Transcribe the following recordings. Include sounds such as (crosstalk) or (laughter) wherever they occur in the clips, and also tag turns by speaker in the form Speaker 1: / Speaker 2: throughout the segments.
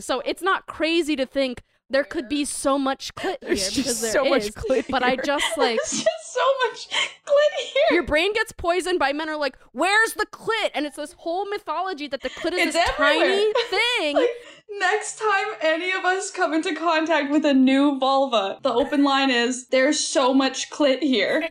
Speaker 1: So it's not crazy to think there could be so much clit here
Speaker 2: There's
Speaker 1: because
Speaker 2: just
Speaker 1: there is.
Speaker 2: so much clit
Speaker 1: But I
Speaker 2: here.
Speaker 1: just
Speaker 3: (laughs)
Speaker 1: like
Speaker 3: It's just so much clit here.
Speaker 1: your brain gets poisoned by men are like, where's the clit? And it's this whole mythology that the clit is
Speaker 3: It's
Speaker 1: this tiny
Speaker 3: everywhere.
Speaker 1: thing.
Speaker 3: Like, next time any of us come into contact with a new vulva, the open line is there's so much clit
Speaker 2: (laughs)
Speaker 3: here.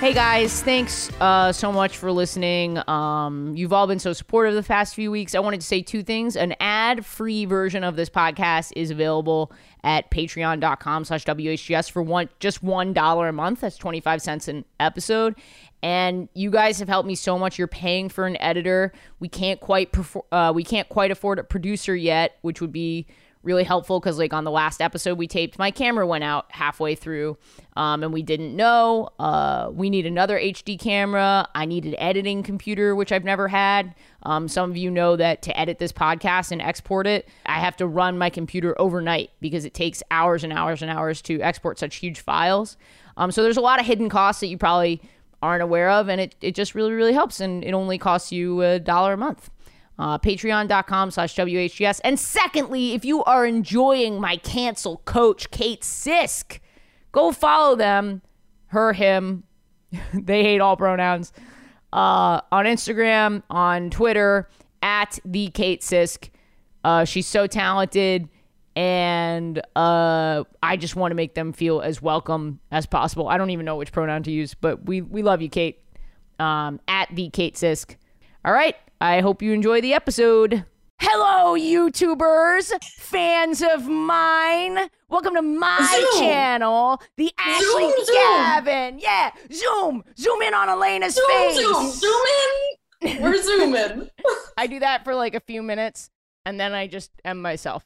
Speaker 2: Hey guys, thanks uh, so much for listening. Um, you've all been so supportive the past few weeks. I wanted to say two things. An ad-free version of this podcast is available at patreon.com slash WHGS for one just one dollar a month. That's 25 cents an episode. And you guys have helped me so much. You're paying for an editor. We can't quite perfor- uh, we can't quite afford a producer yet, which would be really helpful because like on the last episode we taped my camera went out halfway through um, and we didn't know uh, we need another hd camera i need an editing computer which i've never had um, some of you know that to edit this podcast and export it i have to run my computer overnight because it takes hours and hours and hours to export such huge files um, so there's a lot of hidden costs that you probably aren't aware of and it, it just really really helps and it only costs you a dollar a month uh, patreon.com slash whgs and secondly if you are enjoying my cancel coach kate sisk go follow them her him (laughs) they hate all pronouns uh, on instagram on twitter at the kate sisk uh, she's so talented and uh, i just want to make them feel as welcome as possible i don't even know which pronoun to use but we, we love you kate um, at the Kate Sisk. All right, I hope you enjoy the episode. Hello, YouTubers, fans of mine. Welcome to my
Speaker 3: Zoom.
Speaker 2: channel, the Ashley
Speaker 3: Zoom.
Speaker 2: Gavin. Yeah, zoom, zoom in on Elena's
Speaker 3: Zoom,
Speaker 2: face.
Speaker 3: zoom, zoom in. We're zooming.
Speaker 2: I do that for like a few minutes, and then I just am myself.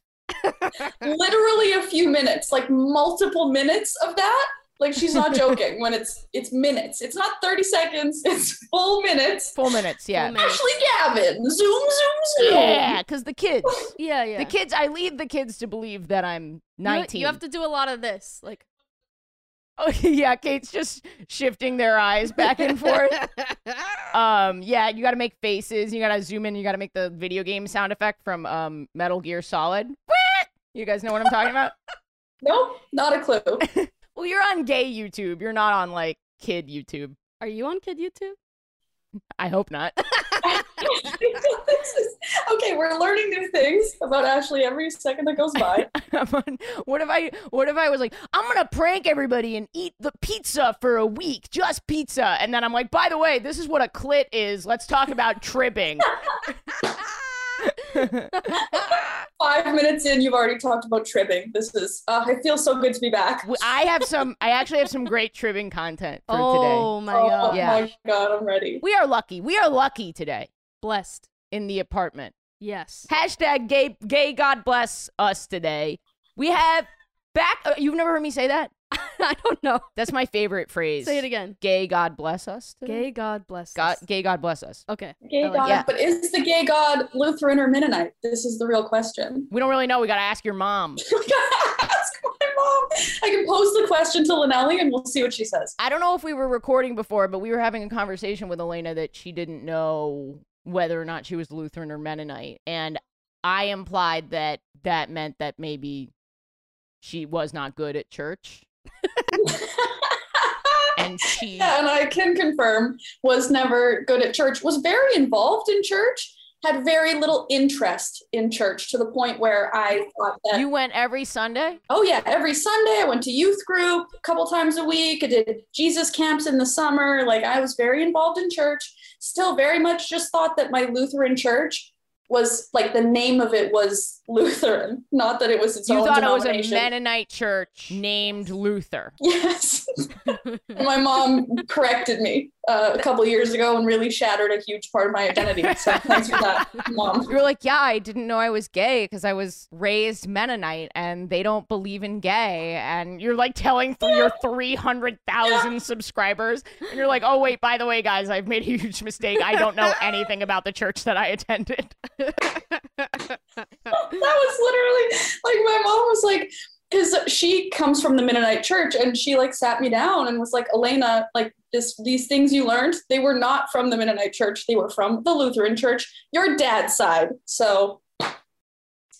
Speaker 3: Literally a few minutes, like multiple minutes of that. Like she's not joking when it's it's minutes. It's not 30 seconds, (laughs) it's full minutes.
Speaker 2: Full minutes, yeah,
Speaker 1: minutes.
Speaker 3: Ashley Gavin. Zoom, zoom, zoom.
Speaker 2: yeah, because the kids,
Speaker 1: yeah, yeah.
Speaker 2: the kids, I lead the kids to believe that I'm
Speaker 1: You-
Speaker 2: nineteen.
Speaker 1: You, have to do a lot of this. Like
Speaker 2: (laughs) Oh, yeah, Kate's just shifting their eyes back and
Speaker 1: (laughs)
Speaker 2: forth. um, yeah, you got to make faces. You got to zoom in. You got to make the video game sound effect from um, Metal Gear Solid. You guys know what I'm
Speaker 1: (laughs)
Speaker 2: talking about?
Speaker 3: Nope, not a clue.
Speaker 2: Well, you're on gay YouTube. You're not on like kid YouTube.
Speaker 1: Are you on kid YouTube?
Speaker 2: I hope not.
Speaker 3: This is- (laughs) okay, we're learning new things about Ashley every second that goes
Speaker 2: (laughs)
Speaker 3: by.
Speaker 2: I'm on, what if I? What if I was like, I'm gonna prank everybody and eat the pizza for a week, just pizza, and then I'm like, by the way, this is what a clit is. Let's talk about tripping.
Speaker 3: Five minutes in, you've already talked about tripping. This is, uh, it feels so good to be back.
Speaker 2: W- I have some. I actually have some great tribbing content for today.
Speaker 1: oh my
Speaker 3: oh
Speaker 1: god.
Speaker 2: uh, yeah.
Speaker 3: my god, I'm ready.
Speaker 2: We are lucky. We are lucky today
Speaker 1: Blessed.
Speaker 2: in the apartment.
Speaker 1: Yes.
Speaker 2: Hashtag gay. Gay. God bless us today. We have back. uh, you've never heard me say that.
Speaker 1: (laughs) I don't know.
Speaker 2: That's my favorite phrase.
Speaker 1: Say it again.
Speaker 2: Gay. God bless us. Today?
Speaker 1: Gay God bless.
Speaker 2: God.
Speaker 1: us.
Speaker 2: Gay. God bless us.
Speaker 1: Okay.
Speaker 3: Gay
Speaker 1: I like
Speaker 3: god,
Speaker 2: that.
Speaker 3: but is the gay god Lutheran or Mennonite? This is the real question. (laughs)
Speaker 2: We don't really know. We gotta ask your mom.
Speaker 3: We gotta Ask my mom. I can pose the question to Linelli and we'll see what she says.
Speaker 2: I don't know if we were recording before, but we were having a conversation with Elena that she didn't know whether or not she was Lutheran or Mennonite. And I implied that that meant that maybe she was not good at church. And she,
Speaker 3: (laughs) Yeah, and I can confirm was never good at church, was very involved in church, had very little interest in church to the point where I thought that,
Speaker 2: you went every Sunday?
Speaker 3: oh, yeah, every Sunday I went to youth group a couple times a week. I did Jesus camps in the summer. Like I was very involved in church, still very much just thought that my Lutheran church was like the name of it was Lutheran, (laughs) not that it was its
Speaker 2: you
Speaker 3: own
Speaker 2: thought it was
Speaker 3: denomination.
Speaker 2: a Mennonite church named Luther.
Speaker 3: (laughs) Yes. And my mom corrected me uh, a couple years ago and really shattered a huge part of my identity. So thanks for that, mom. (laughs)
Speaker 2: You were like, yeah, I didn't know I was gay because I was raised Mennonite and they don't believe in gay. And you're like telling th- your 300,000 (laughs) subscribers. And you're like, oh, wait, by the way, guys, I've made a huge mistake. I don't know anything about the church that I attended.
Speaker 3: That was literally like my mom was like, because she comes from the Mennonite church and she like sat me down and was like, Elena, like this, these things you learned, they were not from the Mennonite church. They were from the Lutheran church, your dad's side. So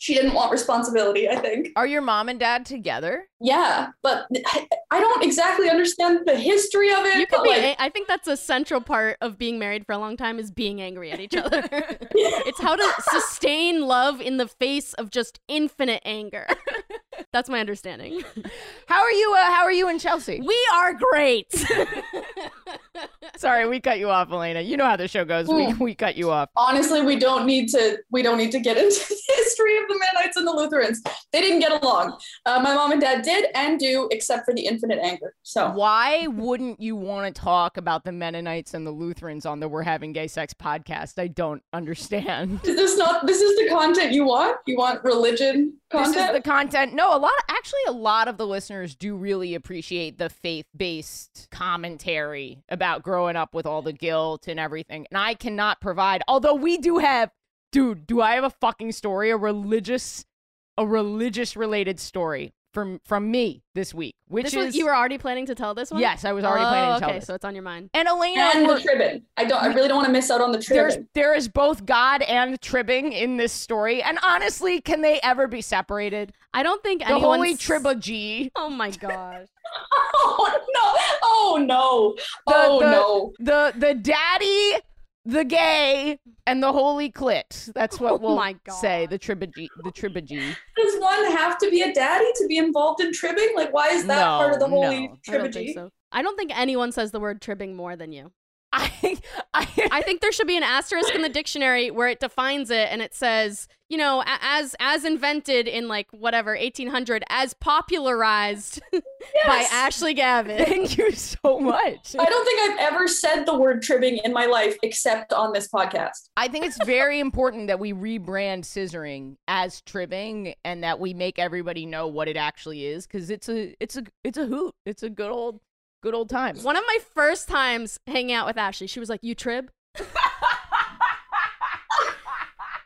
Speaker 3: she didn't want responsibility, I think.
Speaker 2: Are your mom and dad together?
Speaker 3: Yeah, but I, I don't exactly understand the history of it.
Speaker 1: You
Speaker 3: but
Speaker 1: could be.
Speaker 3: like,
Speaker 1: a- I think that's a central part of being married for a long time is being angry at each
Speaker 2: (laughs)
Speaker 1: other. it's how to sustain love in the face of just infinite anger. (laughs) that's my understanding.
Speaker 2: How are you? Uh, how are you in Chelsea?
Speaker 1: We are (laughs) great.
Speaker 2: Sorry, we cut you off, Elena. You know how the show goes. We, we cut you off.
Speaker 3: honestly, we don't need to. We don't need to get into (laughs) the history of the Mennonites and the Lutherans. They didn't get along. Uh, my mom and dad did and do, except for the infinite anger.
Speaker 2: Oh.
Speaker 3: So
Speaker 2: Why wouldn't you want to talk about the Mennonites and the Lutherans on the We're Having Gay Sex podcast? I don't understand.
Speaker 3: is this not? This is the content you want. You want religion content.
Speaker 2: This is the content. No, a lot actually a lot of the listeners do really appreciate the faith-based commentary about growing up with all the guilt and everything. And I cannot provide, although we do have dude, do I have a fucking story, a religious a religious related story from from me this week, which
Speaker 1: this
Speaker 2: is
Speaker 1: was, you were already planning to tell this one.
Speaker 2: Yes, I was already
Speaker 1: oh,
Speaker 2: planning to tell
Speaker 1: okay,
Speaker 2: this.
Speaker 1: so it's on your mind.
Speaker 2: and Elena
Speaker 3: and
Speaker 2: we're-
Speaker 3: the tribbing. I don't. I really don't want to miss out on the
Speaker 2: there's
Speaker 3: tribbing.
Speaker 2: there is both God and tribbing in this story, and honestly, can they ever be separated?
Speaker 1: I don't think
Speaker 2: The
Speaker 1: anyone.
Speaker 2: holy tribogy.
Speaker 1: Oh my gosh.
Speaker 3: (laughs) Oh no! Oh no!
Speaker 2: The-
Speaker 3: oh
Speaker 2: the-
Speaker 3: no!
Speaker 2: the the daddy, the gay, and the holy clit. That's what
Speaker 1: Oh
Speaker 2: we'll
Speaker 1: my God.
Speaker 2: say. The tribogy, the tribogy.
Speaker 3: Does one have to be a daddy to be involved in tribbing? Like, why is that
Speaker 2: No,
Speaker 3: part of the
Speaker 2: no.
Speaker 3: holy
Speaker 1: I don't think
Speaker 3: trilogy?
Speaker 1: so. I don't think anyone says the word tribbing more than you.
Speaker 2: (laughs) I, I,
Speaker 1: I think there should be an asterisk in the dictionary where it defines it and it says, you know, a- as as invented in like whatever 1800 as popularized (laughs) by
Speaker 3: Yes.
Speaker 1: Ashley Gavin. (laughs)
Speaker 2: thank you so much.
Speaker 3: I don't think I've ever said the word tribbing in my life except on this podcast.
Speaker 2: (laughs) I think it's very important that we rebrand scissoring as tribbing, and that we make everybody know what it actually is, because it's a, it's a, it's a hoot. It's a good old, good old time.
Speaker 1: One of my first times hanging out with Ashley, she was like, "You trib?"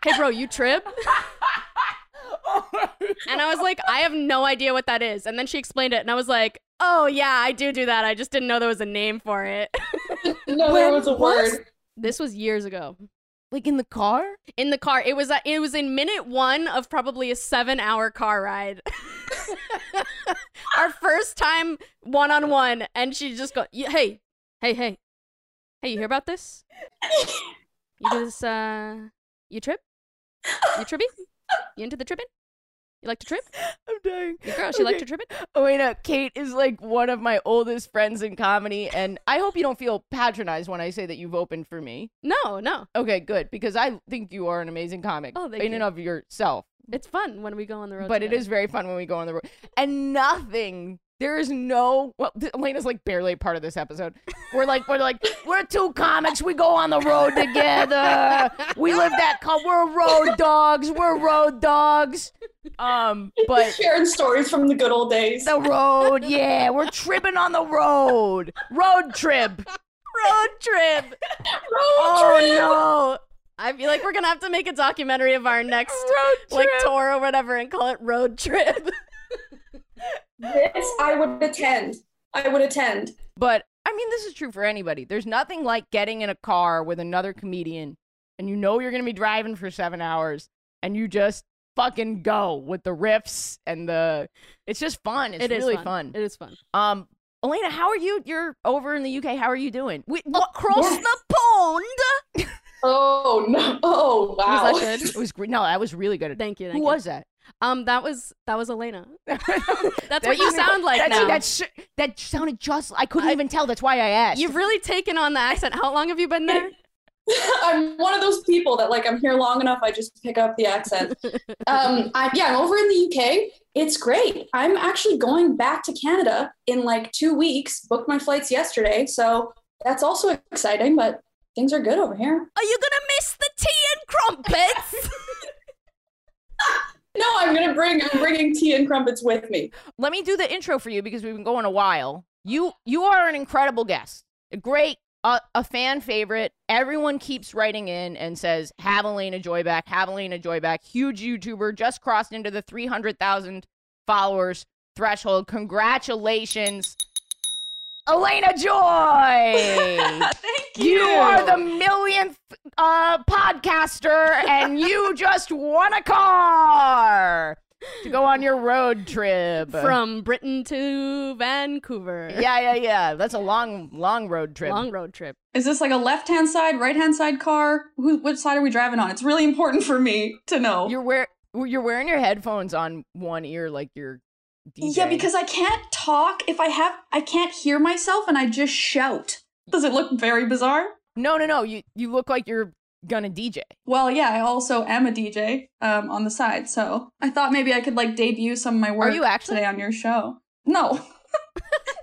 Speaker 1: hey bro, you trib? And I was like, "I have no idea what that is." And then she explained it and I was like, "Oh yeah, I do do that. I just didn't know there was a name for it." (laughs)
Speaker 3: No, there
Speaker 2: When
Speaker 3: was a
Speaker 2: was-
Speaker 3: word.
Speaker 1: this was years ago.
Speaker 2: like in the car.
Speaker 1: in the car. It was uh, it was in minute one of probably a seven hour car ride. (laughs) Our first time one on one, and she just go, "Y- "Hey, hey, hey, hey, you hear about this? You do this? Uh, you trip? You tripping? You into the tripping? You like to trip?
Speaker 2: I'm dying.
Speaker 1: Your girl, she like
Speaker 2: Okay.
Speaker 1: to trip it.
Speaker 2: Elena, Kate is like one of my oldest friends in comedy, and I hope you don't feel patronized when I say that you've opened for me.
Speaker 1: No, no,
Speaker 2: Okay, good, because I think you are an amazing comic
Speaker 1: Oh, thank
Speaker 2: in and
Speaker 1: you.
Speaker 2: of yourself.
Speaker 1: it's fun when we go on the road.
Speaker 2: But it
Speaker 1: together.
Speaker 2: is very fun when we go on the road. And nothing, there is no, well, th- Elena's like barely a part of this episode. We're like, we're like, we're two comics, we go on the road together. We live that, co- we're road dogs, we're road dogs. Um, but (laughs)
Speaker 3: Sharing stories from the good old days.
Speaker 2: The road, yeah. We're tripping on the road. Road trip.
Speaker 1: road trip.
Speaker 2: Oh no.
Speaker 1: I feel like we're gonna have to make a documentary of our next
Speaker 2: Road
Speaker 1: like
Speaker 2: trip.
Speaker 1: tour or whatever, and call it road trip.
Speaker 3: This I would attend. I would attend.
Speaker 2: But I mean, this is true for anybody. There's nothing like getting in a car with another comedian and you know you're going to be driving for seven hours and you just fucking go with the riffs and the. It's just fun. It's
Speaker 1: It is
Speaker 2: really fun.
Speaker 1: It is fun.
Speaker 2: Um, Elena, how are you? You're over in the UK. How are you doing? Oh, We,
Speaker 1: Across the pond.
Speaker 3: Oh no! Oh wow!
Speaker 1: Was that good?
Speaker 2: it was great. No, that was really good.
Speaker 1: Thank you.
Speaker 2: Who
Speaker 1: Thank you.
Speaker 2: was that?
Speaker 1: Um, that was that was
Speaker 2: (laughs)
Speaker 1: Elena.
Speaker 2: That's
Speaker 1: (laughs) That's what you sound like
Speaker 2: that's,
Speaker 1: now.
Speaker 2: That's, that sounded just. I couldn't
Speaker 1: I-
Speaker 2: even tell. That's why I asked.
Speaker 1: You've really taken on the accent. How long have you been
Speaker 2: (laughs)
Speaker 1: there?
Speaker 3: (laughs) I'm one of those people that like I'm here long enough, I just pick up the accent. um, I, yeah, I'm over in the UK. It's great. I'm actually going back to Canada in like two weeks. Booked my flights yesterday, so that's also exciting. But things are good over here.
Speaker 1: Are you gonna miss the tea and crumpets? (laughs)
Speaker 2: (laughs)
Speaker 3: No, I'm gonna bring I'm bringing tea and crumpets with me.
Speaker 2: Let me do the intro for you because we've been going a while. You you are an incredible guest. A great, a, a fan favorite. Everyone keeps writing in and says, "Have Elena Joy back. Have Elena Joy back." Huge YouTuber just crossed into the three hundred thousand followers threshold. Congratulations, Elena Joy.
Speaker 3: Thank you.
Speaker 2: You are the millionth uh, podcaster, and you just won a car to go on your road trip.
Speaker 1: From Britain to Vancouver.
Speaker 2: (laughs) yeah, yeah, yeah. That's a long, long road trip.
Speaker 1: Long road trip.
Speaker 3: Is this like a left hand side, right hand side car? Who, which side are we driving on? It's really important for me to know.
Speaker 2: You're wear you're wearing your headphones on one ear like you're DJ.
Speaker 3: Yeah, because I can't talk if I have I can't hear myself and I just shout. Does it look very bizarre?
Speaker 2: no, no, no. You you look like you're gonna DJ.
Speaker 3: Well, yeah, I also am a DJ um, on the side, so I thought maybe I could like debut some of my work
Speaker 2: you actually?
Speaker 3: today on your show. No. (laughs)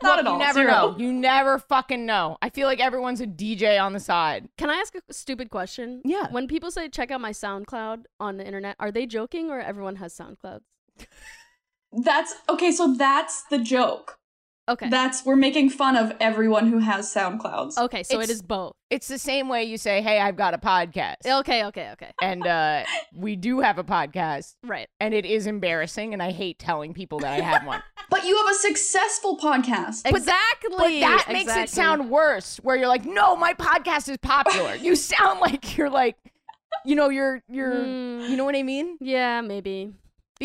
Speaker 3: Not
Speaker 2: Look,
Speaker 3: at all.
Speaker 2: You never
Speaker 3: Zero.
Speaker 2: know. You never fucking know. I feel like everyone's a DJ on the side.
Speaker 1: Can I ask a stupid question?
Speaker 2: Yeah.
Speaker 1: When people say check out my SoundCloud on the internet, are they joking or everyone has SoundClouds?
Speaker 3: That's okay, so that's the joke.
Speaker 1: Okay.
Speaker 3: That's we're making fun of everyone who has SoundClouds.
Speaker 1: okay, so
Speaker 2: It's-
Speaker 1: it is both.
Speaker 2: It's the same way you say, "Hey, I've got a podcast,"
Speaker 1: Okay, okay, okay.
Speaker 2: and uh, we do have a podcast,
Speaker 1: Right.
Speaker 2: and it is embarrassing, and I hate telling people that I have one.
Speaker 3: But you have a successful podcast.
Speaker 1: Exactly.
Speaker 2: But that makes it sound worse, where you're like, "No, my podcast is popular." you (laughs) sound like you're like, you know, you're you're,
Speaker 1: Mm.
Speaker 2: you know what I mean?
Speaker 1: Yeah, maybe.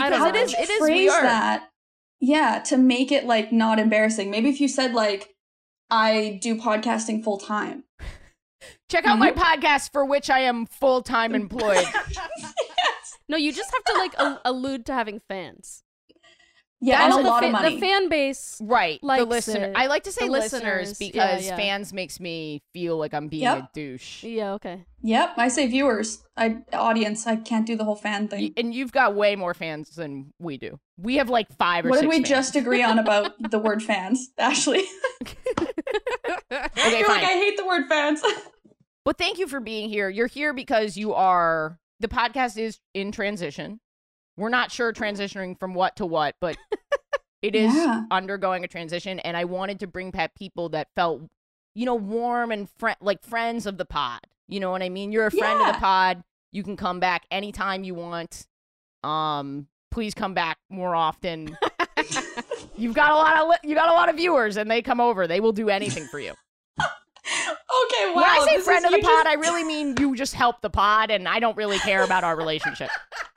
Speaker 1: I
Speaker 2: Because
Speaker 1: don't
Speaker 2: it
Speaker 1: know.
Speaker 2: is
Speaker 3: How would
Speaker 2: it
Speaker 3: you
Speaker 2: is
Speaker 3: phrase
Speaker 2: weird.
Speaker 3: that yeah to make it like not embarrassing maybe if you said like i do podcasting full time
Speaker 2: Check out
Speaker 1: Mm-hmm.
Speaker 2: my podcast for which I am full time
Speaker 1: Mm.
Speaker 2: employed.
Speaker 3: (laughs)
Speaker 1: (laughs) No, you just have to like al- allude to having fans. I
Speaker 3: yeah that's
Speaker 1: know
Speaker 3: a
Speaker 1: the
Speaker 3: lot
Speaker 1: fa-
Speaker 3: of money
Speaker 1: The fan base.
Speaker 2: Right. the
Speaker 1: likes
Speaker 2: listener.
Speaker 1: it.
Speaker 2: I like to say
Speaker 1: The
Speaker 2: listeners,
Speaker 1: listeners. Yeah,
Speaker 2: because
Speaker 1: yeah.
Speaker 2: fans makes me feel like I'm being a
Speaker 3: Yep.
Speaker 2: douche.
Speaker 1: Yeah. Okay. (laughs)
Speaker 3: yep i say viewers i audience i can't do the whole fan
Speaker 2: Y-
Speaker 3: thing
Speaker 2: And you've got way more fans than we do. We have like five or
Speaker 3: what
Speaker 2: six.
Speaker 3: did we
Speaker 2: fans.
Speaker 3: just agree on about
Speaker 2: (laughs)
Speaker 3: the word fans ashley
Speaker 1: (laughs)
Speaker 2: Okay,
Speaker 3: you're
Speaker 2: fine.
Speaker 3: like i hate the word fans (laughs)
Speaker 2: But thank you for being here. You're here because you are the podcast is in transition. We're not sure transitioning from what to what, but it is
Speaker 3: Yeah.
Speaker 2: undergoing a transition. And I wanted to bring back people that felt, you know, warm and fri like friends of the pod. You know what I mean? You're a friend of
Speaker 3: Yeah.
Speaker 2: the pod. You can come back anytime you want. Um, please come back
Speaker 3: (laughs)
Speaker 2: more often. You've got a lot of li- you got a lot of viewers, and they come over. They will do anything for you
Speaker 3: okay wow
Speaker 2: when I say
Speaker 3: this is-
Speaker 2: friend of the
Speaker 3: you
Speaker 2: pod,
Speaker 3: just-
Speaker 2: I really mean you just help the pod, and I don't really care about
Speaker 3: (laughs)
Speaker 2: our relationship.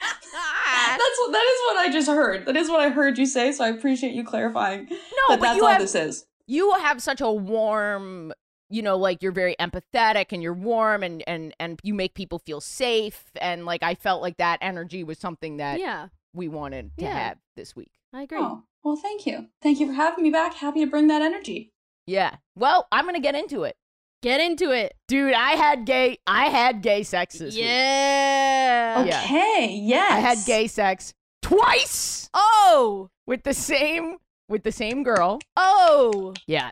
Speaker 3: that's what that is what i just heard that is what i heard you say so i appreciate you clarifying
Speaker 2: No,
Speaker 3: that
Speaker 2: but
Speaker 3: that's
Speaker 2: you
Speaker 3: all
Speaker 2: have
Speaker 3: this is
Speaker 2: you have such a warm, you know, like you're very empathetic and you're warm and and and you make people feel safe, and like I felt like that energy was something that
Speaker 1: Yeah,
Speaker 2: we wanted to
Speaker 1: Yeah.
Speaker 2: have this week.
Speaker 1: I agree.
Speaker 3: Oh, well, thank you. Thank you for having me back. Happy to bring that energy.
Speaker 2: Yeah. Well, I'm gonna get into it,
Speaker 1: Get into it.
Speaker 2: dude. I had gay, I had gay sex this week.
Speaker 1: yeah.
Speaker 3: Okay,
Speaker 2: Yeah.
Speaker 3: yes.
Speaker 2: I had gay sex twice
Speaker 1: Oh.
Speaker 2: with the same with the same girl. (laughs)
Speaker 1: Oh.
Speaker 2: Yeah.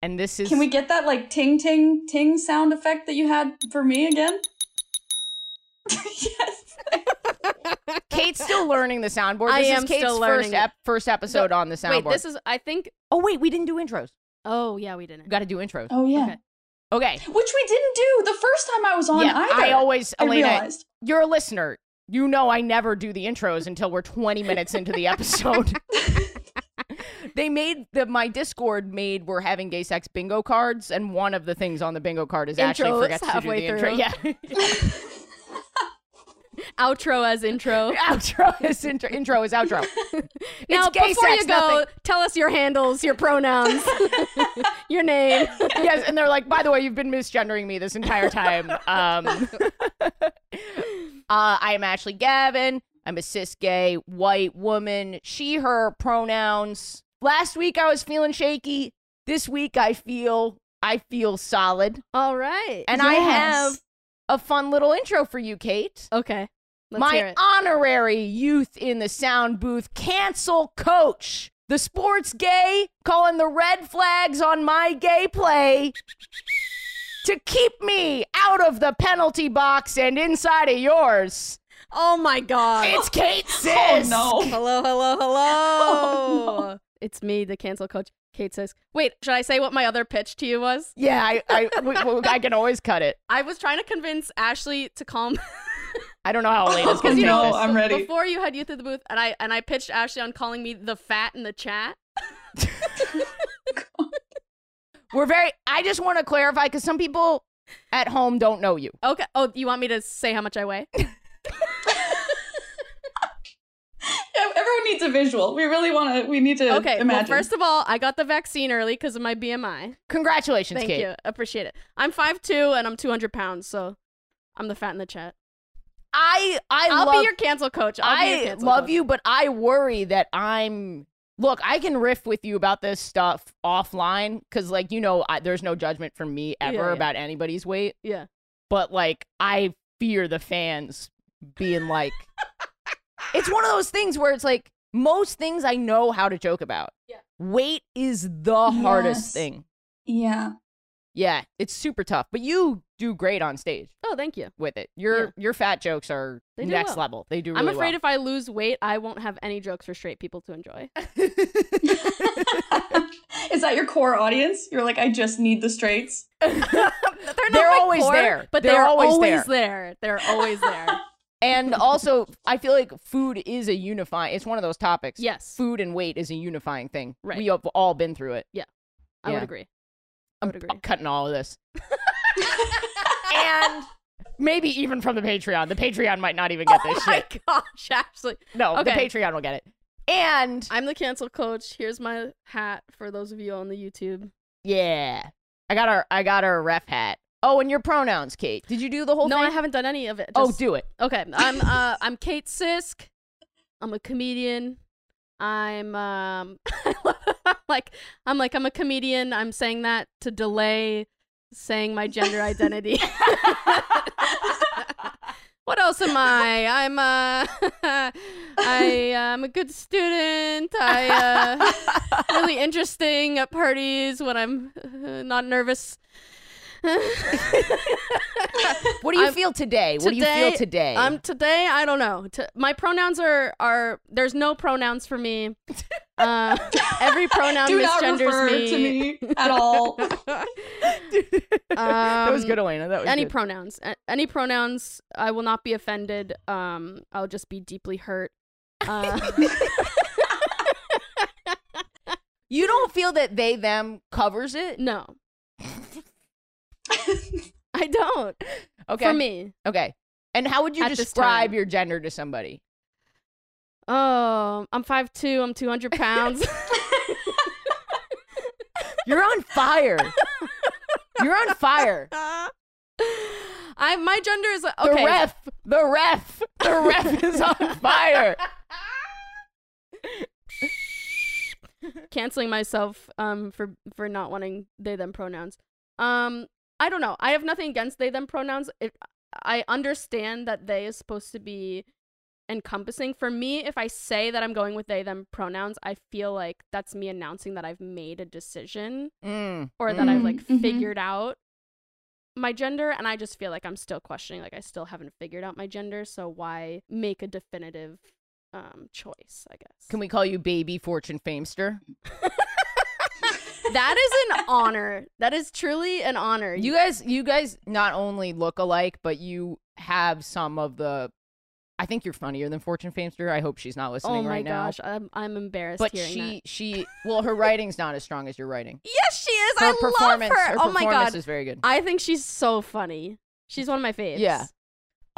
Speaker 2: And this is
Speaker 3: Can we get that like ting ting ting sound effect that you had for me again? (laughs) yes.
Speaker 2: Kate's still learning the soundboard. This
Speaker 1: I
Speaker 2: is
Speaker 1: am
Speaker 2: Kate's
Speaker 1: still
Speaker 2: first
Speaker 1: learning
Speaker 2: ep- first episode on the soundboard.
Speaker 1: Wait. This is. I think.
Speaker 2: oh wait, we didn't do intros.
Speaker 1: Oh yeah, we
Speaker 2: We
Speaker 1: didn't.
Speaker 2: got to do intros.
Speaker 3: Oh yeah.
Speaker 1: Okay.
Speaker 2: Okay.
Speaker 3: Which we didn't do the first time I was on
Speaker 2: yeah,
Speaker 3: either.
Speaker 2: I always
Speaker 3: I
Speaker 2: Elena,
Speaker 3: realized.
Speaker 2: you're a listener. You know I never do the intros until we're 20 minutes into the episode. they made the my Discord made we're having gay sex bingo cards, and one of the things on the bingo card is actually
Speaker 1: Intros
Speaker 2: forgets to do the
Speaker 1: halfway
Speaker 2: intro.
Speaker 1: through.
Speaker 2: Yeah,
Speaker 1: Outro as intro.
Speaker 2: outro is intro. Intro is outro.
Speaker 1: now,
Speaker 2: (laughs) it's gay
Speaker 1: before
Speaker 2: sex,
Speaker 1: you go,
Speaker 2: nothing.
Speaker 1: tell us your handles, your
Speaker 2: (laughs)
Speaker 1: pronouns, (laughs) your name.
Speaker 2: yes, and they're like, by the way, you've been misgendering me this entire time. Um, uh, I am Ashley Gavin. I'm a cis gay white woman. She, her pronouns. Last week I was feeling shaky. This week I feel I feel solid.
Speaker 1: All right.
Speaker 2: And I
Speaker 3: Yes.
Speaker 2: have a fun little intro for you, Kate.
Speaker 1: okay. Let's hear
Speaker 2: My
Speaker 1: it.
Speaker 2: honorary youth in the sound booth cancel coach. The sports gay calling the red flags on my gay play to keep me out of the penalty box and inside of yours.
Speaker 1: Oh my god.
Speaker 2: It's Kate Sis.
Speaker 3: Oh
Speaker 1: (laughs)
Speaker 3: no.
Speaker 1: Hello, hello, hello. Oh, It's me, the cancel coach. Kate says, Wait, should I say what my other pitch to you was?
Speaker 2: Yeah, I, I, we- we- I can always cut it.
Speaker 1: I was trying to convince Ashley to calm.
Speaker 2: I don't know how Elena's gonna
Speaker 1: you
Speaker 2: take
Speaker 1: know,
Speaker 2: this.
Speaker 1: So
Speaker 3: I'm
Speaker 1: (laughs)
Speaker 3: ready.
Speaker 1: Before you had youth at the booth, and I and I pitched Ashley on calling me the fat in the chat.
Speaker 2: We're very. I just want to clarify because some people at home don't know you.
Speaker 1: Okay. Oh, you want me to say how much I weigh?
Speaker 3: Yeah, everyone needs a visual. We really want to. We need to.
Speaker 1: Okay. Well,
Speaker 3: Imagine.
Speaker 1: first of all, I got the vaccine early because of my BMI.
Speaker 2: Congratulations,
Speaker 1: Thank
Speaker 2: Kate.
Speaker 1: you. Appreciate it. I'm 5'2 and I'm 200 pounds, so I'm the fat in the chat.
Speaker 2: I I
Speaker 1: I'll
Speaker 2: love
Speaker 1: be your cancel coach. I'll be your
Speaker 2: I
Speaker 1: cancel
Speaker 2: love
Speaker 1: coach.
Speaker 2: you, but I worry that I'm. Look, I can riff with you about this stuff offline because, like, you know, I, there's no judgment from me ever
Speaker 1: Yeah, yeah.
Speaker 2: about anybody's weight.
Speaker 1: Yeah.
Speaker 2: But, like, I fear the fans being like, it's one of those things where it's like most things I know how to joke about.
Speaker 1: Yeah.
Speaker 2: Weight is the hardest
Speaker 3: Yes.
Speaker 2: thing.
Speaker 3: yeah. (laughs)
Speaker 2: Yeah, it's super tough, but you do great on stage
Speaker 1: Oh, thank you.
Speaker 2: with it. Your
Speaker 1: Yeah.
Speaker 2: your fat jokes are
Speaker 1: They do
Speaker 2: next
Speaker 1: well.
Speaker 2: level. They do. Really
Speaker 1: I'm afraid if I lose weight, I won't have any jokes for straight people to (laughs) enjoy.
Speaker 3: Is that your core audience? You're like, I just need the straights.
Speaker 2: well.
Speaker 1: They're,
Speaker 2: They're
Speaker 1: my
Speaker 2: always
Speaker 1: core,
Speaker 2: there.
Speaker 1: but
Speaker 2: They're
Speaker 1: they're,
Speaker 2: always
Speaker 1: always, there. They're always
Speaker 2: (laughs)
Speaker 1: there. (laughs)
Speaker 2: and also, I feel like food is a unifying. It's one of those topics.
Speaker 1: yes,
Speaker 2: Food and weight is a unifying thing.
Speaker 1: Right.
Speaker 2: We have all been through it.
Speaker 1: I
Speaker 2: yeah.
Speaker 1: would agree. I
Speaker 2: I'm,
Speaker 1: would agree.
Speaker 2: I'm cutting all of this. and maybe even from the Patreon. The Patreon might not even get
Speaker 1: (laughs)
Speaker 2: this
Speaker 1: (laughs) my
Speaker 2: shit.
Speaker 1: gosh, Ashley,
Speaker 2: No, the
Speaker 1: Okay.
Speaker 2: Patreon will get it. And
Speaker 1: I'm the cancel coach. Here's my hat for those of you on the YouTube.
Speaker 2: yeah, I got our I got our ref hat. Oh, and your pronouns, Kate. Did you do the whole
Speaker 1: no,
Speaker 2: thing?
Speaker 1: I haven't done any of it.
Speaker 2: Oh,
Speaker 1: Just-
Speaker 2: do it.
Speaker 1: Okay, I'm uh, I'm Kate Sisk. I'm a comedian. I'm um, (laughs) like I'm like I'm a comedian. I'm saying that to delay saying my gender identity. (laughs) what else am I? I'm uh, (laughs) I uh, I'm a good student. I uh, really interesting at parties when I'm (laughs) uh, not nervous.
Speaker 2: What do you
Speaker 1: I'm-
Speaker 2: feel today? What do you feel today?
Speaker 1: Um, today I don't know. T- my pronouns are are there's no pronouns for
Speaker 2: (laughs)
Speaker 1: me. Uh, every pronoun
Speaker 3: Do not refer
Speaker 1: misgenders me.
Speaker 3: to me
Speaker 1: (laughs)
Speaker 3: at all.
Speaker 2: (laughs) that was
Speaker 1: um,
Speaker 2: good, Elena. That was
Speaker 1: Any
Speaker 2: good.
Speaker 1: pronouns, a- any pronouns, I will not be offended. Um, I'll just be deeply hurt. Uh,
Speaker 2: (laughs) you don't feel that they them covers it.
Speaker 1: no, I don't.
Speaker 2: Okay.
Speaker 1: For me,
Speaker 2: Okay. And how would you
Speaker 1: At this
Speaker 2: describe
Speaker 1: time.
Speaker 2: your gender to somebody?
Speaker 1: oh, I'm 5'2", I'm two hundred
Speaker 2: (laughs)
Speaker 1: pounds. (laughs)
Speaker 2: You're on
Speaker 1: (laughs)
Speaker 2: fire. You're on fire.
Speaker 1: I my gender is
Speaker 2: The
Speaker 1: okay.
Speaker 2: ref, the ref, the ref is on fire.
Speaker 1: canceling myself um for for not wanting they them pronouns. Um I don't know. I have nothing against they them pronouns. It, I understand that they is supposed to be encompassing. For me, if I say that I'm going with they them pronouns, I feel like that's me announcing that I've made a decision
Speaker 2: Mm,
Speaker 1: or that I've
Speaker 3: Mm,
Speaker 1: like
Speaker 3: mhm.
Speaker 1: figured out my gender and I just feel like I'm still questioning like I still haven't figured out my gender, so why make a definitive um choice, I guess.
Speaker 2: Can we call you baby fortune famester?
Speaker 1: That is an honor. That is truly an honor.
Speaker 2: You
Speaker 1: You
Speaker 2: guys, you guys not only look alike, but you have some of the. I think you're funnier than fortune famester. I hope she's not listening
Speaker 1: oh my
Speaker 2: right now.
Speaker 1: gosh, I'm I'm embarrassed
Speaker 2: But
Speaker 1: hearing
Speaker 2: she,
Speaker 1: that.
Speaker 2: she, well, her writing's not as strong as
Speaker 1: (laughs)
Speaker 2: your writing.
Speaker 1: Yes, she is.
Speaker 2: Her
Speaker 1: I love
Speaker 2: performance,
Speaker 1: her. oh
Speaker 2: performance
Speaker 1: my god.
Speaker 2: is very good.
Speaker 1: I think she's so funny. She's one of my faves.
Speaker 2: Yeah.